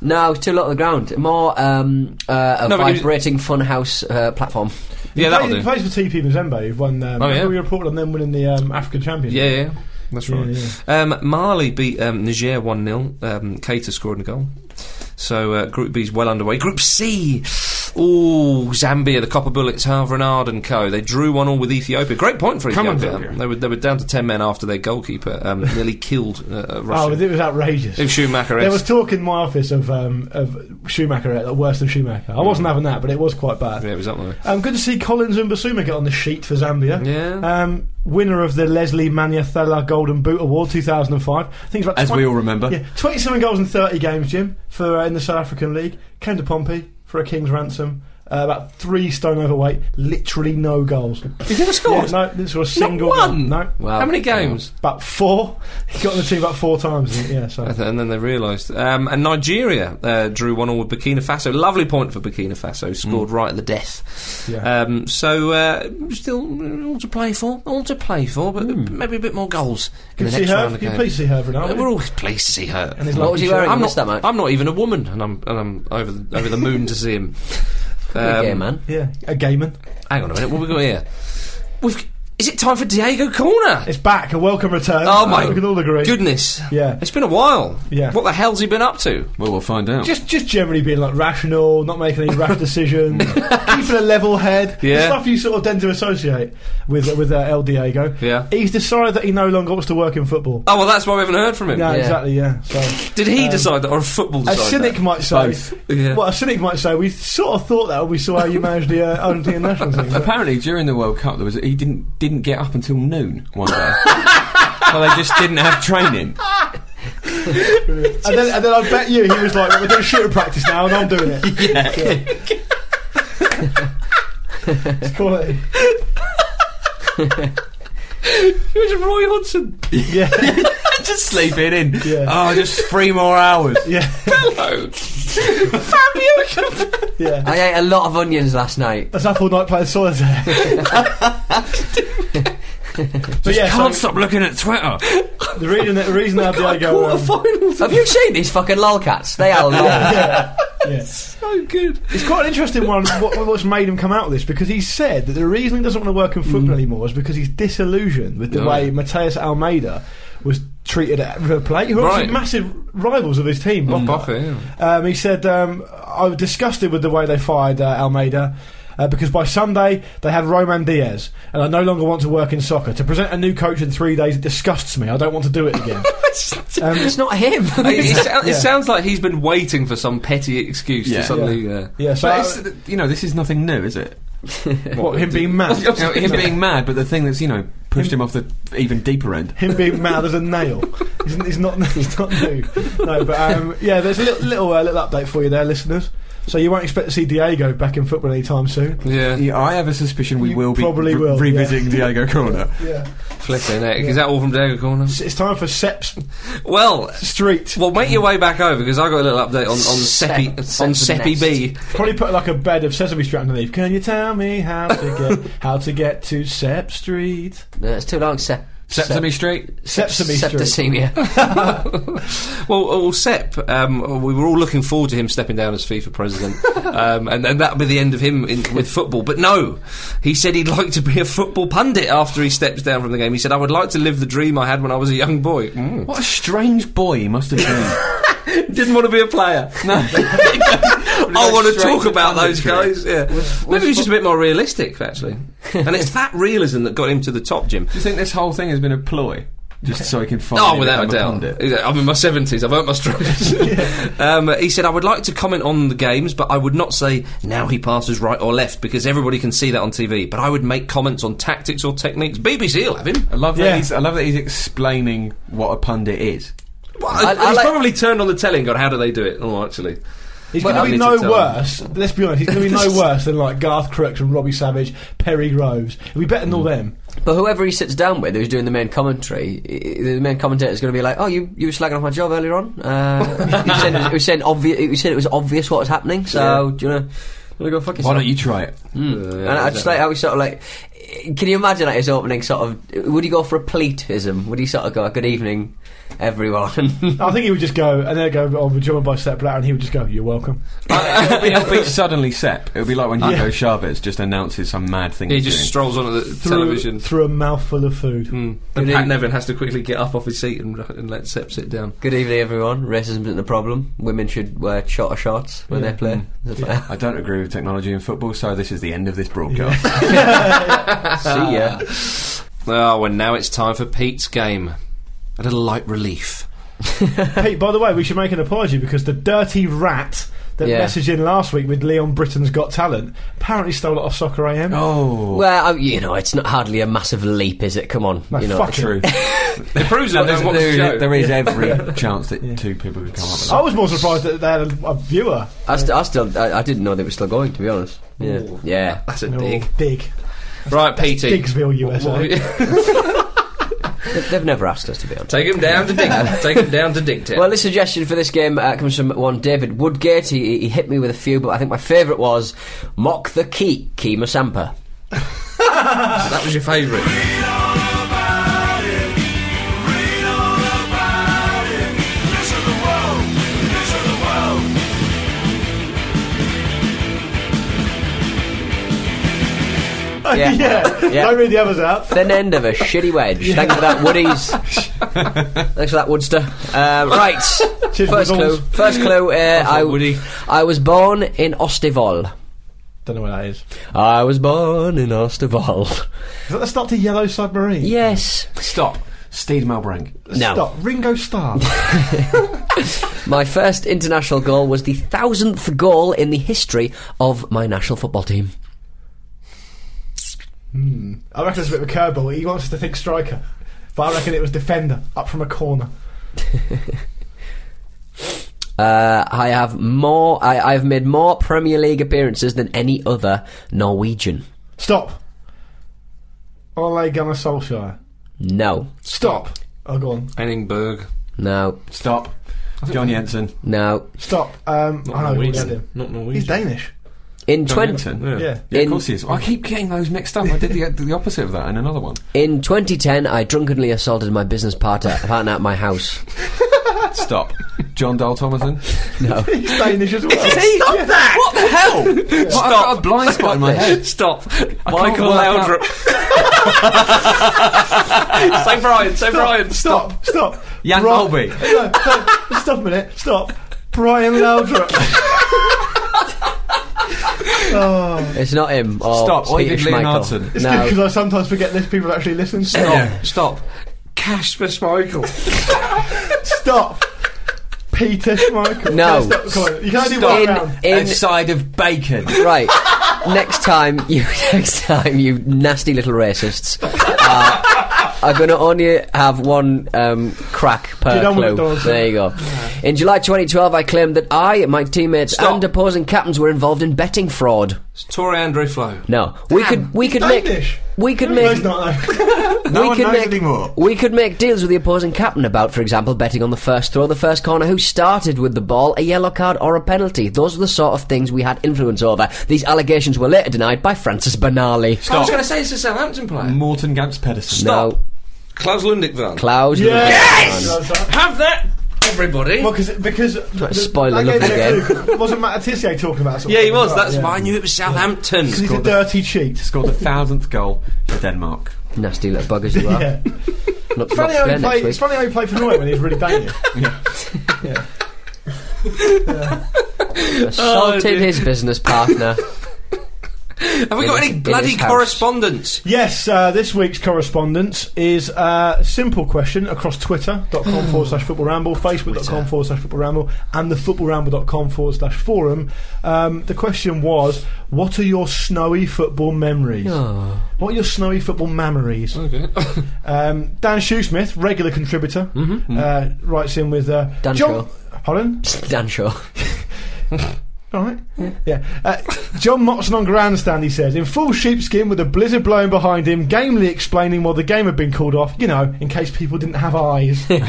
S3: no, it's too low to the ground. More um, uh, a
S2: No, but he was-
S3: vibrating funhouse uh, platform.
S2: Yeah,
S5: he
S2: that'll
S5: plays,
S2: do.
S5: he plays for TP Mazembe, who've won. Um,
S2: Oh, yeah.
S5: We reported on them winning the um, African Championship.
S2: Yeah, yeah. That's
S5: Yeah,
S2: right.
S5: yeah.
S2: Um, Mali beat um, Niger 1 0. Um, Cater scored a goal. So uh, Group B is well underway. Group C. Ooh, Zambia, the Copper Bullets, Harvard and Ard and Co. They drew one all with Ethiopia. Great point for
S4: Come on,
S2: Ethiopia.
S4: Zambia.
S2: they were they were down to ten men after their goalkeeper um, nearly killed uh, a
S5: Oh,
S2: Russian.
S5: it was outrageous.
S2: it was Schumacher.
S5: There was talk in my office of um, of Schumacher, uh, worse than Schumacher. I wasn't having that, but it was quite bad.
S2: Hmm. yeah, it was up there.
S5: Um, good to see Collins and Basuma get on the sheet for Zambia.
S2: Yeah.
S5: Um, winner of the Leslie Maniathala Golden Boot Award 2005. I think it's about
S4: as
S5: 20
S4: we all remember.
S5: Yeah, 27 goals in 30 games, Jim, for uh, in the South African League. Came to Pompey for a king's ransom. Uh, about three stone overweight, literally no goals.
S2: He never
S5: Yeah,
S2: scored.
S5: no, this was a single goal.
S2: one?
S5: No,
S3: Wow.
S2: How many games?
S5: about four. He got on the team about four times. didn't he? Yeah, so
S2: And then they realised. Um, and Nigeria uh, drew one all with Burkina Faso. Lovely point for Burkina Faso. Scored right at the death.
S5: Mm. Yeah.
S2: Um, so uh, still mm, all to play for. All to play for, but maybe a bit more goals in the
S5: Hmm. good to see
S2: next round
S5: her.
S2: of
S5: Can you
S2: games.
S5: please see her for now?
S2: Uh, We're all pleased to see her.
S5: And his
S3: What
S5: lucky
S3: was he
S5: shirt.
S3: wearing?
S5: I'm
S3: in the
S2: not,
S3: stomach.
S2: I'm not even a woman, and I'm and I'm over the, over the moon to see him.
S3: You're a gay
S2: Um,
S3: man.
S5: Yeah, a gay man.
S2: Hang on a minute. What have we got here? We've, is it time for Diego Corner?
S5: It's back. A welcome return.
S2: Oh my
S5: We can all agree.
S2: goodness!
S5: Yeah.
S2: it's been a while.
S5: Yeah.
S2: what the hell's he been up to?
S4: Well, we'll find out.
S5: Just, just generally being like rational, not making any rash decisions, keeping a level head. The
S2: Yeah.
S5: stuff you sort of tend to associate with with uh, El Diego.
S2: Yeah.
S5: He's decided that he no longer wants to work in football.
S2: Oh well, that's why we haven't heard from him.
S5: No,
S3: Yeah.
S5: exactly. Yeah. So
S2: Did he decide that, or a football
S5: a
S2: decided
S5: cynic
S2: that?
S5: might say.
S4: Both.
S2: Yeah.
S5: Well, a cynic might say we sort of thought that when we saw how you managed the uh, Argentine national team. but-
S4: Apparently, during the World Cup, there was he didn't didn't get up until noon one day. so they just didn't have training.
S5: And then, and then I bet you he was like, "We're doing shooting practice now, and I'm doing it." Yeah. it's quality.
S2: He was Roy Hodgson.
S5: Yeah,
S4: just sleeping in.
S5: Yeah.
S4: Oh, just three more hours.
S5: yeah,
S2: Hello, Fabio.
S5: yeah.
S3: I ate a lot of onions last night.
S5: That's up all night playing solitaire. but yeah,
S4: Can't
S5: so
S4: stop looking at Twitter.
S5: the reason that the reason that Diego, um,
S2: Quarterfinals.
S3: Have you seen these fucking lolcats? They are lol.
S5: yeah, yeah.
S2: so good.
S5: It's quite an interesting one. What, what's made him come out of this? Because he said that the reason he doesn't want to work in football anymore is because he's disillusioned with the
S2: Yeah.
S5: way Mateus Almeida was treated at River Plate, who are
S2: Right.
S5: obviously massive rivals of his team. Boca. Um, he said, um, I was disgusted with the way they fired uh, Almeida. Uh, because by Sunday they had Roman Diaz, and I no longer want to work in soccer. To present a new coach in three days it disgusts me. I don't want to do it again. um,
S3: It's not him.
S2: It, it, sou- it
S5: Yeah.
S2: sounds like he's been waiting for some petty excuse
S4: Yeah.
S2: to suddenly. Uh,
S5: yeah, so
S4: But
S5: uh,
S4: it's, you know, this is nothing new, is it?
S5: what, him being mad,
S4: You know, him being mad, but the thing that's you know pushed him off the even deeper end.
S5: him being mad as a nail. He's, he's not. He's not new. No, but um, yeah, there's a little little, uh, little update for you there, listeners. So you won't expect to see Diego back in football anytime soon.
S2: Yeah,
S4: Yeah, I have a suspicion we
S5: You
S4: will be
S5: probably
S4: re-
S5: will, yeah.
S4: revisiting Diego Corner.
S5: Yeah,
S2: flipping heck. Is that all from Diego Corner?
S5: it's, it's time for Seps
S2: Well,
S5: Street.
S2: well, make your way back over because I got a little update on on Seppi
S3: Sep-
S2: on
S3: Sep's
S2: Seppi B.
S5: Probably put like a bed of sesame strip underneath. Can you tell me how to get how to get to Sep Street?
S3: No, it's too long. Sep-
S4: Sesame Street.
S5: Sepsime Street.
S3: Septicemia.
S2: Well, well, Sep, um, we were all looking forward to him stepping down as FIFA president, um, and, and that'll be the end of him in, with football. But no, he said he'd like to be a football pundit after he steps down from the game. He said, "I would like to live the dream I had when I was a young boy. Mm.
S4: What a strange boy he must have been.
S2: Didn't want to be a player. No, I want to
S4: straight
S2: talk
S4: to
S2: about those guys.
S4: punditry.
S2: Yeah, maybe he's just a bit more realistic, actually. and it's that realism that got him to the top, Jim.
S4: Do you think this whole thing has been a ploy? Just so he can find
S2: Oh, without a doubt. Yeah, I'm in my 70s. I've earned my stripes. um, he said, I would like to comment on the games, but I would not say, now he passes right or left, because everybody can see that on TV. But I would make comments on tactics or techniques. BBC will have him.
S4: I love that
S5: Yeah.
S4: he's I love that he's explaining what a pundit is.
S2: Well,
S3: I- I
S2: he's
S3: like-
S2: probably turned on the telly and gone, how do they do it? Oh, actually.
S5: He's
S2: Well,
S5: going
S2: I
S5: to be
S2: need
S5: no
S2: to tell
S5: worse. Let's be honest. He's going to be no worse than like Garth Crooks and Robbie Savage, Perry Groves. He'll be better than all them.
S3: but whoever he sits down with, who's doing the main commentary, i- the main commentator is going to be like, "Oh, you you were slagging off my job earlier on. Uh, you said it was, you said obvious. You said it was obvious what was happening. So do you know?" Wanna Go fuck
S4: Why
S3: yourself.
S4: don't you try it?
S3: and I just like how he sort of like. Can you imagine like his opening sort of? Would he go for a pleatism? Would he sort of go, "Good evening, everyone"?
S5: I think he would just go and then go. Oh, we're joined by Sepp Blatter, and he would just go. You're welcome.
S4: it'll, be, it'll be suddenly Sep. It'll be like when Hugo Chavez just announces some mad thing.
S2: He
S4: he's
S2: just
S4: doing.
S2: strolls on at the television.
S5: through a mouthful of food.
S2: Mm. And Pat Nevin has to quickly get up off his seat and, and let Sepp sit down.
S3: Good evening, everyone. Racism isn't a problem. Women should wear shorter shorts when they play.
S4: Mm. I don't agree with technology in football, so this is the end of this broadcast.
S3: See ya.
S2: Oh, and now it's time for Pete's game. A little light relief.
S5: Pete, by the way, we should make an apology because the dirty rat that
S3: Yeah.
S5: messaged in last week with Leon Britton's Got Talent apparently stole it off Soccer AM.
S4: oh,
S3: Well, I, you know, it's not hardly a massive leap, is it? Come on,
S5: No,
S3: you know.
S5: fuck
S4: true.
S2: It proves
S4: No,
S2: that
S4: there's-
S2: I watch the
S4: there-
S2: show.
S4: there is every chance that two people could come up with
S5: I
S4: that.
S5: was more surprised that they had a, a viewer.
S3: I, st- I still, I, I didn't know they were still going. To be honest, yeah, yeah.
S2: That's a
S5: Oh,
S2: dig.
S5: dig.
S2: Right, PT.
S5: Diggsville, USA.
S3: They- They've never asked us to be honest.
S2: Take him down to Dick. Take him down to Dick Town.
S3: Well, this suggestion for this game uh, comes from one David Woodgate. He, he hit me with a few, but I think my favourite was mock the key, Kima Sampa.
S2: that was your favourite.
S3: Yeah.
S5: yeah.
S3: Yeah.
S5: Don't read the others out.
S3: Thin end of a shitty wedge. Thanks for that, Woodies. Thanks for that, Woodster. Uh, right.
S5: Cheers,
S3: First clue.
S5: Wiggles.
S3: First clue. Uh, I,
S2: Woody.
S3: I was born in Ostevol.
S5: Don't know what that is.
S3: I was born in Ostevol.
S5: Is that the start to Yellow Submarine?
S3: yes.
S4: Stop. Steve Malbrank.
S3: No.
S5: Stop. Ringo Starr.
S3: My first international goal was the thousandth goal in the history of my national football team.
S5: I reckon it's a bit of a curveball. He wants us to think striker. But I reckon it was defender, up from a corner.
S3: Uh, I have more. I, I've made more Premier League appearances than any other Norwegian.
S5: Stop. Ole Gunnar Solskjaer.
S3: No,
S5: Stop. Oh, go on.
S2: Henningberg.
S3: no,
S4: Stop. John Jensen.
S3: no.
S5: Stop. Um, I know who had him.
S2: Not
S5: He's
S2: Norwegian.
S5: Danish.
S3: In
S4: Jensen.
S3: twenty,
S5: Yeah.
S4: Yeah,
S3: In-
S4: of course he is. I keep getting those mixed up. I did the, the opposite of that in another one.
S3: in 2010, I drunkenly assaulted my business partner, partner at my house.
S4: Stop. John Dahl Thomason.
S5: He's Danish as well.
S4: Stop that! What the hell? Stop. I've got a blind spot in my head.
S2: Stop.
S4: can't
S2: Michael
S4: work
S2: Laudrup. say Brian. Say Brian.
S5: Stop. Stop.
S4: Jan
S5: Bri-
S4: Mulby.
S5: No, no, stop a minute. Stop. Brian Laudrup. oh.
S3: It's not him. Or
S4: Stop, or
S3: Peter
S4: even Leonardson.
S3: Schmeichel.
S5: It's good because I sometimes forget these people actually listen. Stop.
S4: Yeah.
S2: Stop. Casper Schmeichel.
S5: Stop. Peter Schmeichel.
S3: No.
S5: Stop. Come on. You can't do
S3: No.
S5: one
S3: In,
S5: round.
S3: in
S4: Inside of bacon.
S3: right. Next time you, next time you nasty little racists, uh, are going to only have one um, crack per
S5: Get on with it,
S3: clue.
S5: Dawson.
S3: There you go. In July 2012, I claimed that I, my teammates,
S2: Stop.
S3: and opposing captains were involved in betting fraud.
S2: It's Torre Andre Flo.
S3: No, we could we could
S5: Danish.
S3: make we could
S5: No,
S3: make
S5: he's not, though.
S4: No
S3: we
S4: one
S3: could
S4: knows
S3: make
S4: anymore.
S3: we could make deals with the opposing captain about, for example, betting on the first throw, the first corner, who started with the ball, a yellow card, or a penalty. Those were the sort of things we had influence over. These allegations were later denied by Francis Bernali.
S2: I
S4: Stop.
S2: was going to say it's a Southampton player.
S4: Morton Gamps Pedersen.
S2: Stop.
S3: No,
S2: Klaus Lundekvan.
S3: Cloud.
S2: Have that, everybody.
S5: Well, cause, because the-
S3: spoil
S5: that
S3: the lovely
S5: that too, wasn't Matt Atissier talking about something?
S2: yeah, he was. That's
S5: yeah.
S2: why I knew it was Southampton.
S5: 'Cause he's a dirty cheat.
S4: Scored the thousandth goal for Denmark.
S3: Nasty little buggers you are.
S5: Yeah.
S3: Look,
S5: It's funny,
S3: not fair
S5: how he
S3: next
S5: played,
S3: week.
S5: it's funny how he played for Norway when he was really Danish.
S3: Assaulted
S5: Oh,
S2: dear.
S3: his business partner.
S2: Have we
S3: It
S2: got
S3: is-
S2: any
S3: it
S2: bloody
S3: is house.
S2: correspondence?
S5: Yes, uh, this week's correspondence is uh, a simple question across twitter.com forward slash football ramble, facebook.com forward slash football ramble, and the footballramble.com forward slash forum. Um, the question was, what are your snowy football memories?
S3: Oh.
S5: What are your snowy football memories?
S2: Okay.
S5: Um, Dan Shoesmith, regular contributor, uh, writes in with uh,
S3: Dan
S5: John. Pardon?
S3: Dan Shaw.
S5: All right. Yeah. Uh, John Motson on grandstand, he says, in full sheepskin with a blizzard blowing behind him, gamely explaining why the game had been called off, you know, in case people didn't have eyes. Rex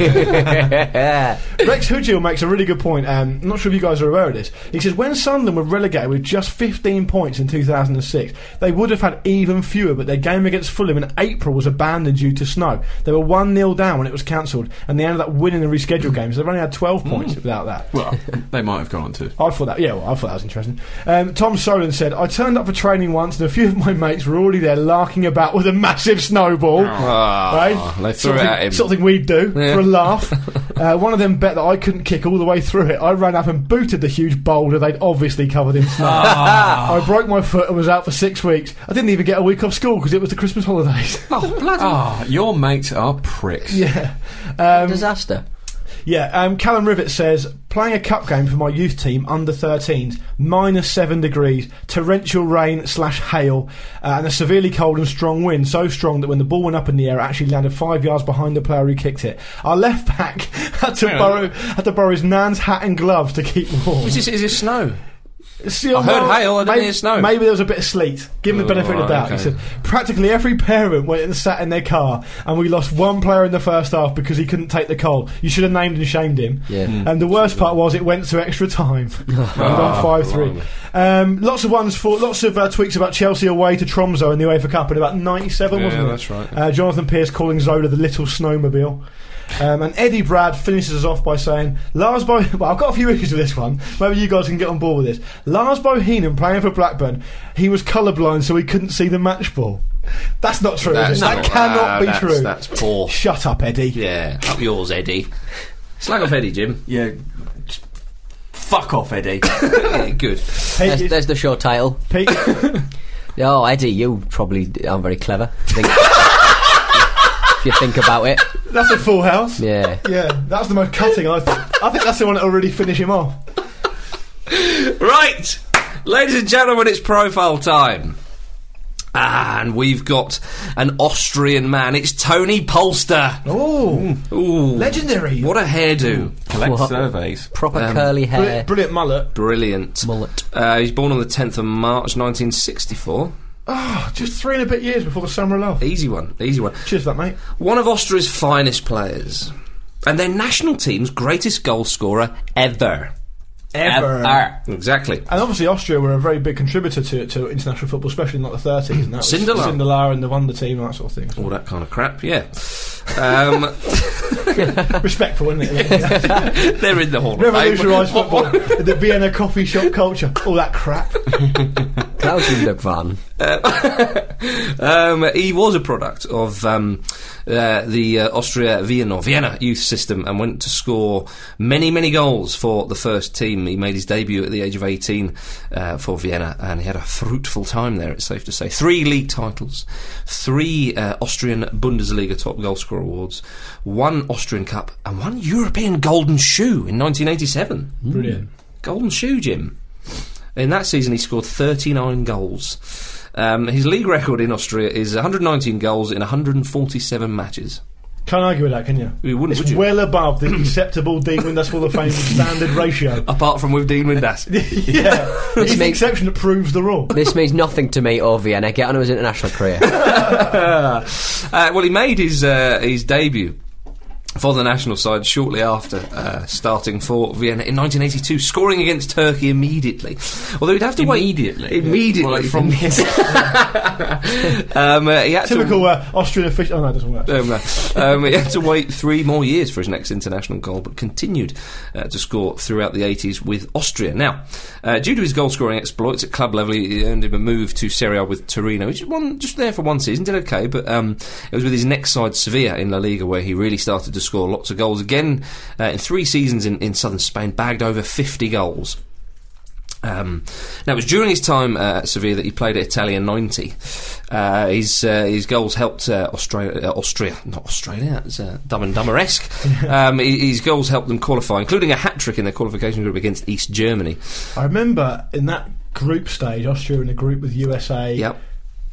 S5: Hudgill makes a really good point. Um, I'm not sure if you guys are aware of this. He says, when Sunderland were relegated with just 15 points in 2006, they would have had even fewer, but their game against Fulham in April was abandoned due to snow. They were 1 0 down when it was cancelled, and they ended up winning the rescheduled game, so they've only had 12 points without that.
S4: Well, they might have gone on to.
S5: I thought that, yeah, well, I thought that was interesting. Um, Tom Solon said, I turned up for training once and a few of my mates were already there larking about with a massive snowball. right?
S2: Oh, they threw
S5: Sort of
S2: it
S5: thing-
S2: at him.
S5: Sort of thing we'd do
S2: Yeah.
S5: for a laugh. uh, one of them bet that I couldn't kick all the way through it. I ran up and booted the huge boulder they'd obviously covered in snow. I broke my foot and was out for six weeks. I didn't even get a week off school because it was the Christmas holidays.
S4: Oh, bloody. your mates are pricks.
S5: yeah. Um,
S3: Disaster.
S5: Yeah, um, Callum Rivett says playing a cup game for my youth team under 13s, minus seven degrees, torrential rain slash hail, uh, and a severely cold and strong wind. So strong that when the ball went up in the air, it actually landed five yards behind the player who kicked it. Our left back had to
S2: Hang on.
S5: borrow had to borrow his nan's hat and gloves to keep warm.
S2: Is this, is this snow?
S5: See,
S2: I heard
S5: well,
S2: hail, I didn't
S5: maybe,
S2: hear snow.
S5: Maybe there was a bit of sleet. Give him the
S2: Oh,
S5: benefit of the doubt. He
S2: okay.
S5: said, practically every parent went and sat in their car, and we lost one player in the first half because he couldn't take the cold. You should have named and shamed him.
S3: Yeah.
S5: And the worst part was it went to extra time. and
S2: Ah,
S5: on five three. Um, lots of ones for lots of uh, tweets about Chelsea away to Tromso in the UEFA Cup in about ninety seven, wasn't it?
S2: right.
S5: Uh, Jonathan Pierce calling Zola the little snowmobile. Um, and Eddie Brad finishes us off by saying, Lars Bo. Well, I've got a few issues with this one. Maybe you guys can get on board with this. Lars Bohinen playing for Blackburn, he was colourblind, so he couldn't see the match ball. That's not true. is it?
S2: not-
S5: that cannot
S2: ah,
S5: be
S2: that's,
S5: true.
S2: That's poor.
S5: Shut up, Eddie.
S2: Yeah, up yours, Eddie. Slag off Eddie, Jim.
S4: Yeah. Just Fuck off, Eddie.
S2: Yeah, Good.
S5: Pete,
S3: There's,
S5: is,
S3: there's the show title.
S5: Pete,
S3: Oh, Eddie, you probably aren't very clever. Think- if you think about it,
S5: that's a full house.
S3: yeah.
S5: Yeah, that's the most cutting. I think. I think that's the one that'll really finish him off.
S2: Right, ladies and gentlemen, it's profile time. Ah, And we've got an Austrian man. It's Tony Polster.
S5: Oh,
S2: Ooh,
S5: legendary!
S2: What a hairdo!
S4: Collect
S3: What?
S4: surveys.
S3: Proper curly hair,
S5: Brilliant, brilliant mullet.
S2: Brilliant.
S3: mullet.
S2: Uh, he's born on the 10th of March 1964.
S5: Oh, just three and a bit years before the summer of love.
S2: Easy one, easy one.
S5: Cheers, for that mate.
S2: One of Austria's finest players, and their national team's greatest goal scorer ever.
S5: Ever.
S2: Exactly.
S5: And obviously, Austria were a very big contributor to, to international football, especially in like the 30s. And that was
S2: Sindelar.
S5: Sindelar and the Wonder team and that sort of thing.
S2: All that kind of crap, yeah. Um,
S5: Respectful, isn't it? Yeah.
S2: they're in the Hall of Fame.
S5: Revolutionised football. the Vienna coffee shop culture. All that crap.
S3: Klaus Lundekvan.
S2: Um, he was a product of um, uh, the uh, Austria Vienna Vienna youth system and went to score many many goals for the first team. He made his debut at the age of 18 uh, for Vienna and he had a fruitful time there. It's safe to say three league titles, three uh, Austrian Bundesliga top goal scorer awards, one Austrian Cup, and one European Golden Shoe in 1987.
S5: Brilliant.
S2: Golden Shoe, Jim. In that season, he scored 39 goals. Um, his league record in Austria is 119 goals in 147 matches.
S5: Can't argue with that, can you?
S2: You wouldn't,
S5: it's
S2: would you?
S5: well above the acceptable Dean Windass Hall of Fame standard ratio.
S2: Apart from with Dean Windass.
S5: yeah,
S3: This
S5: it's the
S3: makes-
S5: exception that proves the rule.
S3: This means nothing to me or Vienna. Get on to his international career.
S2: Uh, well, he made his uh, his debut for the national side shortly after uh, starting for Vienna in 1982, scoring against Turkey immediately. Although he'd have to
S4: Immediately?
S2: wait immediately
S4: Well, like
S2: from this. um, uh, he had
S5: Typical
S2: to.
S5: uh, Austrian official. Oh no, it doesn't work.
S2: Um, uh, um, he had to wait three more years for his next international goal, but continued uh, to score throughout the 80s with Austria. Now, uh, due to his goal scoring exploits at club level, he earned him a move to Serie A with Torino, which is one just there for one season, did okay, but um, it was with his next side, Sevilla, in La Liga, where he really started to score lots of goals. Again, uh, in three seasons in, in southern Spain, bagged over 50 goals. Um, now, it was during his time uh, at Sevilla that he played at Italian 90. Uh, his uh, his goals helped uh, Australia, uh, Austria, not Australia, it's uh, dumb and dumber esque. um, his, his goals helped them qualify, including a hat trick in their qualification group against East Germany.
S5: I remember in that group stage, Austria in a group with USA,
S2: Yep.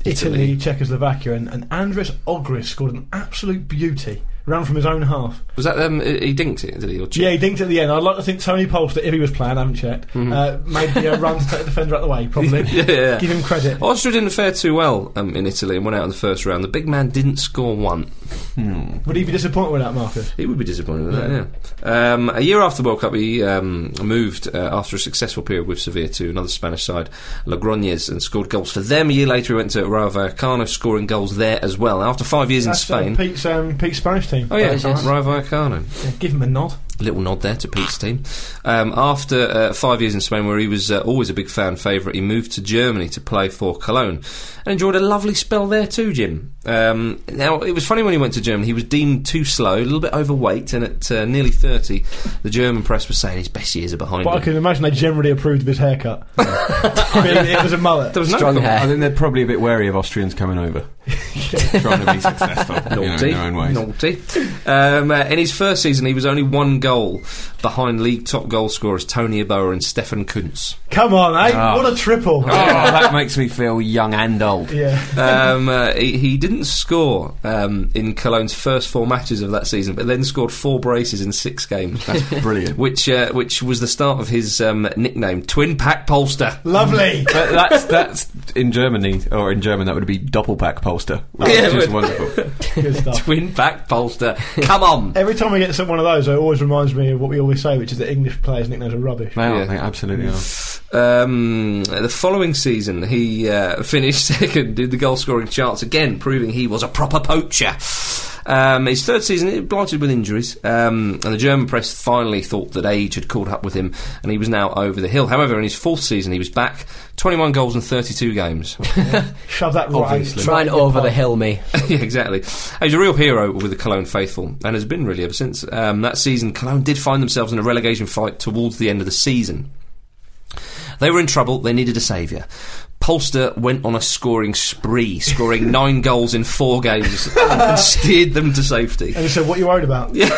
S5: Italy,
S2: Italy.
S5: Czechoslovakia, and, and Andres Ogris scored an absolute beauty. Ran from his own half.
S2: Was that um, he he dinked it, did he? Or
S5: Yeah, he dinked at the end. I'd like to think Tony Polster, if he was playing, I haven't checked, uh, made the uh, run to take the defender out of the way, probably.
S2: Mm-hmm. Yeah. Oh.
S5: Give him credit.
S2: Austria didn't fare too well um, in Italy and went out in the first round. The big man didn't score one.
S5: Would he be disappointed with that, Marcus?
S2: He would be disappointed with that, yeah. Um, a year after the World Cup, he um, moved uh, after a successful period with Sevilla to another Spanish side, Logroñez, and scored goals for them. A year later, he went to Rayo Vallecano, scoring goals there as well. Now, after five years
S5: That's,
S2: in Spain.
S5: Uh, Pete's, um, Pete's Spanish team.
S2: Oh yeah,
S3: Yes, yes.
S2: Rayo Vallecano.
S5: Yeah, give him a nod.
S2: Little nod there to Pete's team. Um, after uh, five years in Spain, where he was uh, always a big fan favourite, he moved to Germany to play for Cologne and enjoyed a lovely spell there too, Jim. Um, now, it was funny when he went to Germany, he was deemed too slow, a little bit overweight, and at uh, nearly 30, the German press was saying his best years are behind
S5: But I
S2: him.
S5: can imagine they generally approved of his haircut. I mean, it was a mullet.
S2: There was
S3: Strong
S2: no
S4: I
S3: hair.
S4: think they're probably a bit wary of Austrians coming over, trying to be successful you know, in
S2: Naughty,
S4: their own ways.
S2: naughty. Um, uh, in his first season, he was only one goal behind league top goal scorers Tony Eboa and Stefan Kuntz.
S5: Come on, eh?
S2: Ah.
S4: Oh.
S5: What a triple.
S4: Oh, that makes me feel young and old.
S5: Yeah.
S2: um, uh, he, he didn't score um, in Cologne's first four matches of that season, but then scored four braces in six games,
S4: That's brilliant.
S2: which uh, which was the start of his um, nickname, Twin Pack Polster.
S5: Lovely.
S4: But that's that's in Germany or in German that would be doppelpack pollster, which
S2: Yeah,
S4: is
S2: but-
S4: wonderful.
S5: Good stuff.
S2: Twin Pack Polster. Come on.
S5: Every time I get some one of those, it always reminds me of what we always say, which is that English players' nicknames are rubbish.
S4: They are,
S2: Yeah.
S4: they absolutely are.
S2: Um, the following season, he uh, finished second in the goal scoring charts again, proving he was a proper poacher. Um, his third season, it blighted with injuries, um, and the German press finally thought that age had caught up with him, and he was now over the hill. However, in his fourth season, he was back, 21 goals in 32 games.
S5: Shove that right.
S4: Obviously.
S3: Trying over the hill, me.
S2: yeah, exactly. He's a real hero with the Cologne faithful, and has been really ever since. Um, that season, Cologne did find themselves in a relegation fight towards the end of the season. They were in trouble. They needed a saviour. Polster went on a scoring spree, scoring nine goals in four games, and steered them to safety.
S5: And he said, "What are you worried about? Yeah.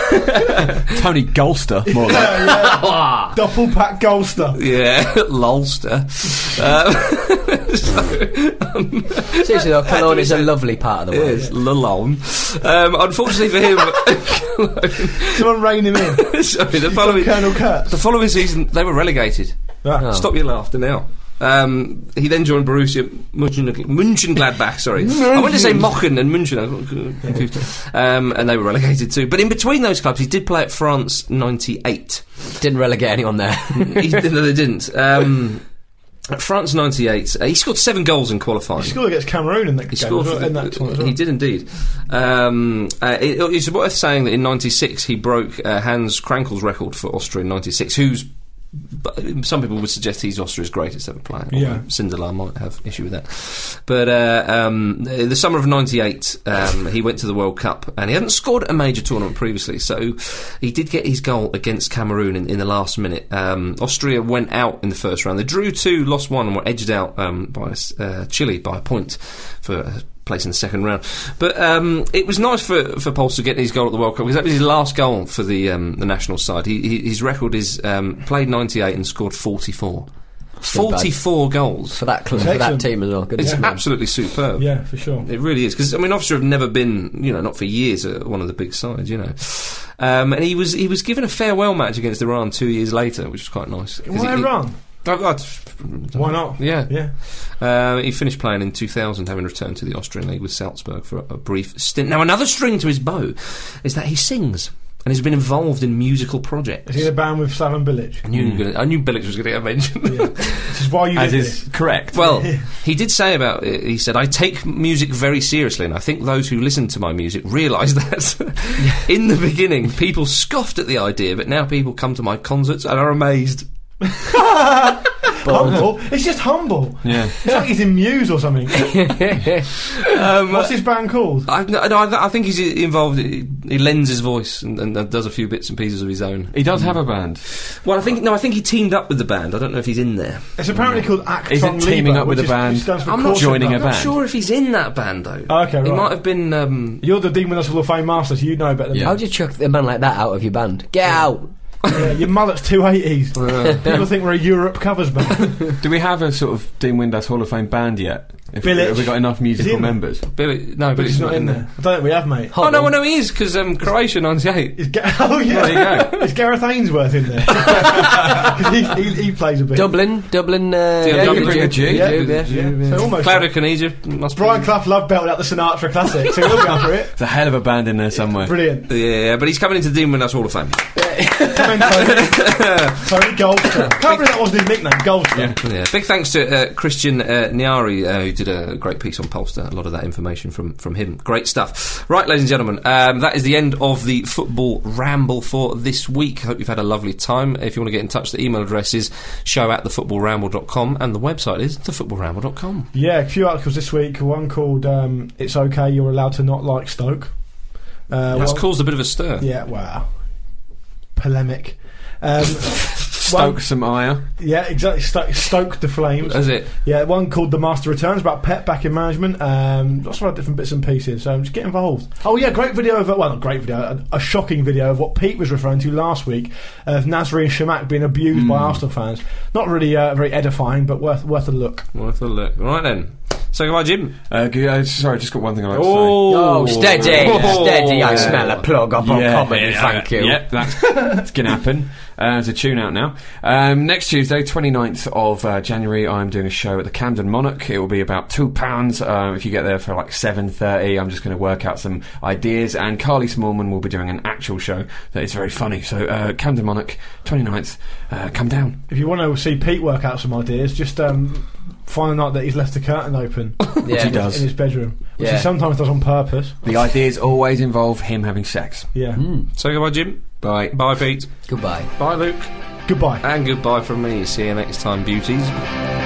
S4: Tony Golster, more like.
S5: Doppelpack Golster."
S2: Yeah, Lolster. Um, so, um,
S3: Seriously though, Cologne is a lovely part of the world.
S2: it's Lalone. Um, unfortunately for him,
S5: Someone rein him in.
S2: sorry, the
S5: You've got
S2: following
S5: Colonel
S2: the
S5: Kurtz.
S2: following season they were relegated.
S4: Ah.
S3: Oh,
S5: Right.
S2: Stop your laughter now. Um, he then joined Borussia München, Mönchengladbach. Sorry, I went to say Mochen and München. I got confused. Um, and they were relegated too. But in between those clubs, he did play at France '98.
S3: Didn't relegate anyone there.
S2: He- no, they didn't. Um, at France '98, uh, he scored seven goals in qualifying.
S5: He scored against Cameroon in that
S2: He
S5: game.
S2: scored
S5: as
S2: for
S5: well,
S2: the-
S5: in that tournament. as
S2: He
S5: well.
S2: did indeed. Um, uh, it, it's worth saying that in '96 he broke uh, Hans Krankel's record for Austria in '96, who's but some people would suggest he's Austria's greatest ever player.
S5: Yeah.
S2: Sindelar might have issue with that. But uh, um, in the summer of '98, um, he went to the World Cup and he hadn't scored at a major tournament previously, so he did get his goal against Cameroon in, in the last minute. Um, Austria went out in the first round. They drew two, lost one, and were edged out um, by uh, Chile by a point for. a Place in the second round, but um, it was nice for for Pulse to get his goal at the World Cup because that was his last goal for the um, the national side. He, he, his record is um, played 98 and scored 44.
S3: too bad.
S2: 44 goals.
S3: for that cl- for that
S5: Excellent.
S3: team as well. Good
S2: It's
S3: for them.
S2: absolutely superb.
S5: Yeah, for sure.
S2: It really is because I mean, Officer have never been, you know, not for years, uh, one of the big sides, you know. Um, and he was he was given a farewell match against Iran two years later, which was quite nice. 'Cause
S5: Why
S2: he- he-
S5: Iran?
S2: Oh, God.
S5: Why not?
S2: Yeah.
S5: Yeah.
S2: Um, he finished playing in 2000, having returned to the Austrian league with Salzburg for a, a brief stint. Now, another string to his bow is that he sings and has been involved in musical projects.
S5: Is he in a Hmm. band with Slaven Bilic?
S2: I knew, you were gonna- I knew Bilic was going to get mentioned.
S5: Which is why you
S4: As
S5: did
S4: is correct.
S2: Well, he did say about it, he said, I take music very seriously, and I think those who listen to my music realise that. in the beginning, people scoffed at the idea, but now people come to my concerts and are amazed.
S5: it. humble. It's just humble.
S4: Yeah.
S5: It's like he's in Muse or something.
S4: Um,
S5: What's his band called?
S2: I, no, I, th- I think he's uh, involved, he, he lends his voice and, and does a few bits and pieces of his own.
S4: He does have a band.
S2: Well, I think, no, I think he teamed up with the band. I don't know if he's in there.
S5: It's apparently called Act
S4: Is it
S5: on
S4: teaming
S5: Liebe,
S4: up with
S5: which is-
S4: a
S5: which
S4: band?
S5: stands for
S4: I'm
S2: I'm not
S4: not
S5: Corsica.
S4: sure. Joining a
S2: I'm not
S4: band.
S2: sure if he's in that band, though.
S5: Ah, Okay,
S2: He
S5: right.
S2: might have been. Um,
S5: You're the Dean with us Hall of Fame master, so you know better than
S4: Yeah.
S3: How would you chuck a man like that out of your band? Get out!
S5: me. Yeah, your mullet's 280s. People think we're a Europe covers band.
S4: Do we have a sort of Dean Windass Hall of Fame band yet? If
S5: Bilic.
S4: Have we got enough musical
S5: in there?
S4: members?
S2: Billy, no,
S5: but he's not in there. I don't think we have, mate.
S2: Oh, no, well, no, he is, because um, Croatia 98.
S5: Is Ga- oh, yeah. Is Gareth Ainsworth in there? 'Cause he, he, he plays a bit.
S3: Dublin, Dublin. Uh,
S2: Yeah,
S4: you
S2: Dublin
S4: bring a
S2: Jib.
S4: jig.
S5: Yeah.
S3: Jib, yeah.
S5: Yeah, so almost.
S2: Clouder Kinesia must
S5: Brian
S2: be.
S5: Clough love belted out the Sinatra classic, so he'll be up for it.
S4: There's a hell of a band in there somewhere.
S5: Brilliant.
S2: Yeah, but he's coming into the Dean Windass Hall of Fame.
S5: Come in, Tony. Tony Goldster. Can't believe that wasn't his nickname, Goldster.
S2: Yeah, big thanks to uh, Christian uh, Niari, uh, who did a great piece on Polster. A lot of that information from, from him. Great stuff. Right, ladies and gentlemen, um, that is the end of the football ramble for this week. Hope you've had a lovely time. If you want to get in touch, the email address is show at thefootballramble.com and the website is thefootballramble.com.
S5: Yeah, a few articles this week. One called um, "It's Okay, You're Allowed to Not Like Stoke." Uh,
S2: That's
S5: one-
S2: caused a bit of a stir.
S5: Yeah, wow. Polemic. Um,
S4: Stoke
S5: one-
S4: some ire.
S5: yeah, exactly. Stoke, Stoke the flames.
S2: Is it?
S5: Yeah, one called "The Master Returns" about Pep back in management. Um, lots of other different bits and pieces. So just get involved. Oh yeah, great video of well, not great video, a, a shocking video of what Pete was referring to last week of Nasri and Shamak being abused by Arsenal fans. Not really uh, very edifying, but worth worth a look.
S2: Worth a look. Right then. So goodbye, Jim.
S4: Uh, g- uh, sorry, just got one thing I'd like
S3: Oh, steady,
S2: Oh.
S3: steady. I
S2: Yeah.
S3: smell a plug up on comedy.
S4: yeah,
S3: thank
S4: yeah,
S3: you.
S4: Yeah, that's, that's going to happen. Uh, there's a tune out now. Um, next Tuesday, 29th of uh, January, I'm doing a show at the Camden Monarch. It will be about £2. Um, if you get there for like 7.30, I'm just going to work out some ideas. And Carly Smallman will be doing an actual show that is very funny. So uh, Camden Monarch, 29th, uh, come down.
S5: If you want to see Pete work out some ideas, just um, find a night that he's left the curtain open
S3: Yeah.
S4: he does.
S5: in his bedroom, which
S3: Yeah.
S5: he sometimes does on purpose.
S4: The ideas always involve him having sex.
S5: Yeah.
S2: So goodbye, Jim.
S4: Bye.
S2: Bye, Pete.
S3: Goodbye.
S2: Bye, Luke.
S5: Goodbye.
S2: And goodbye from me. See you next time, beauties.
S4: Bye.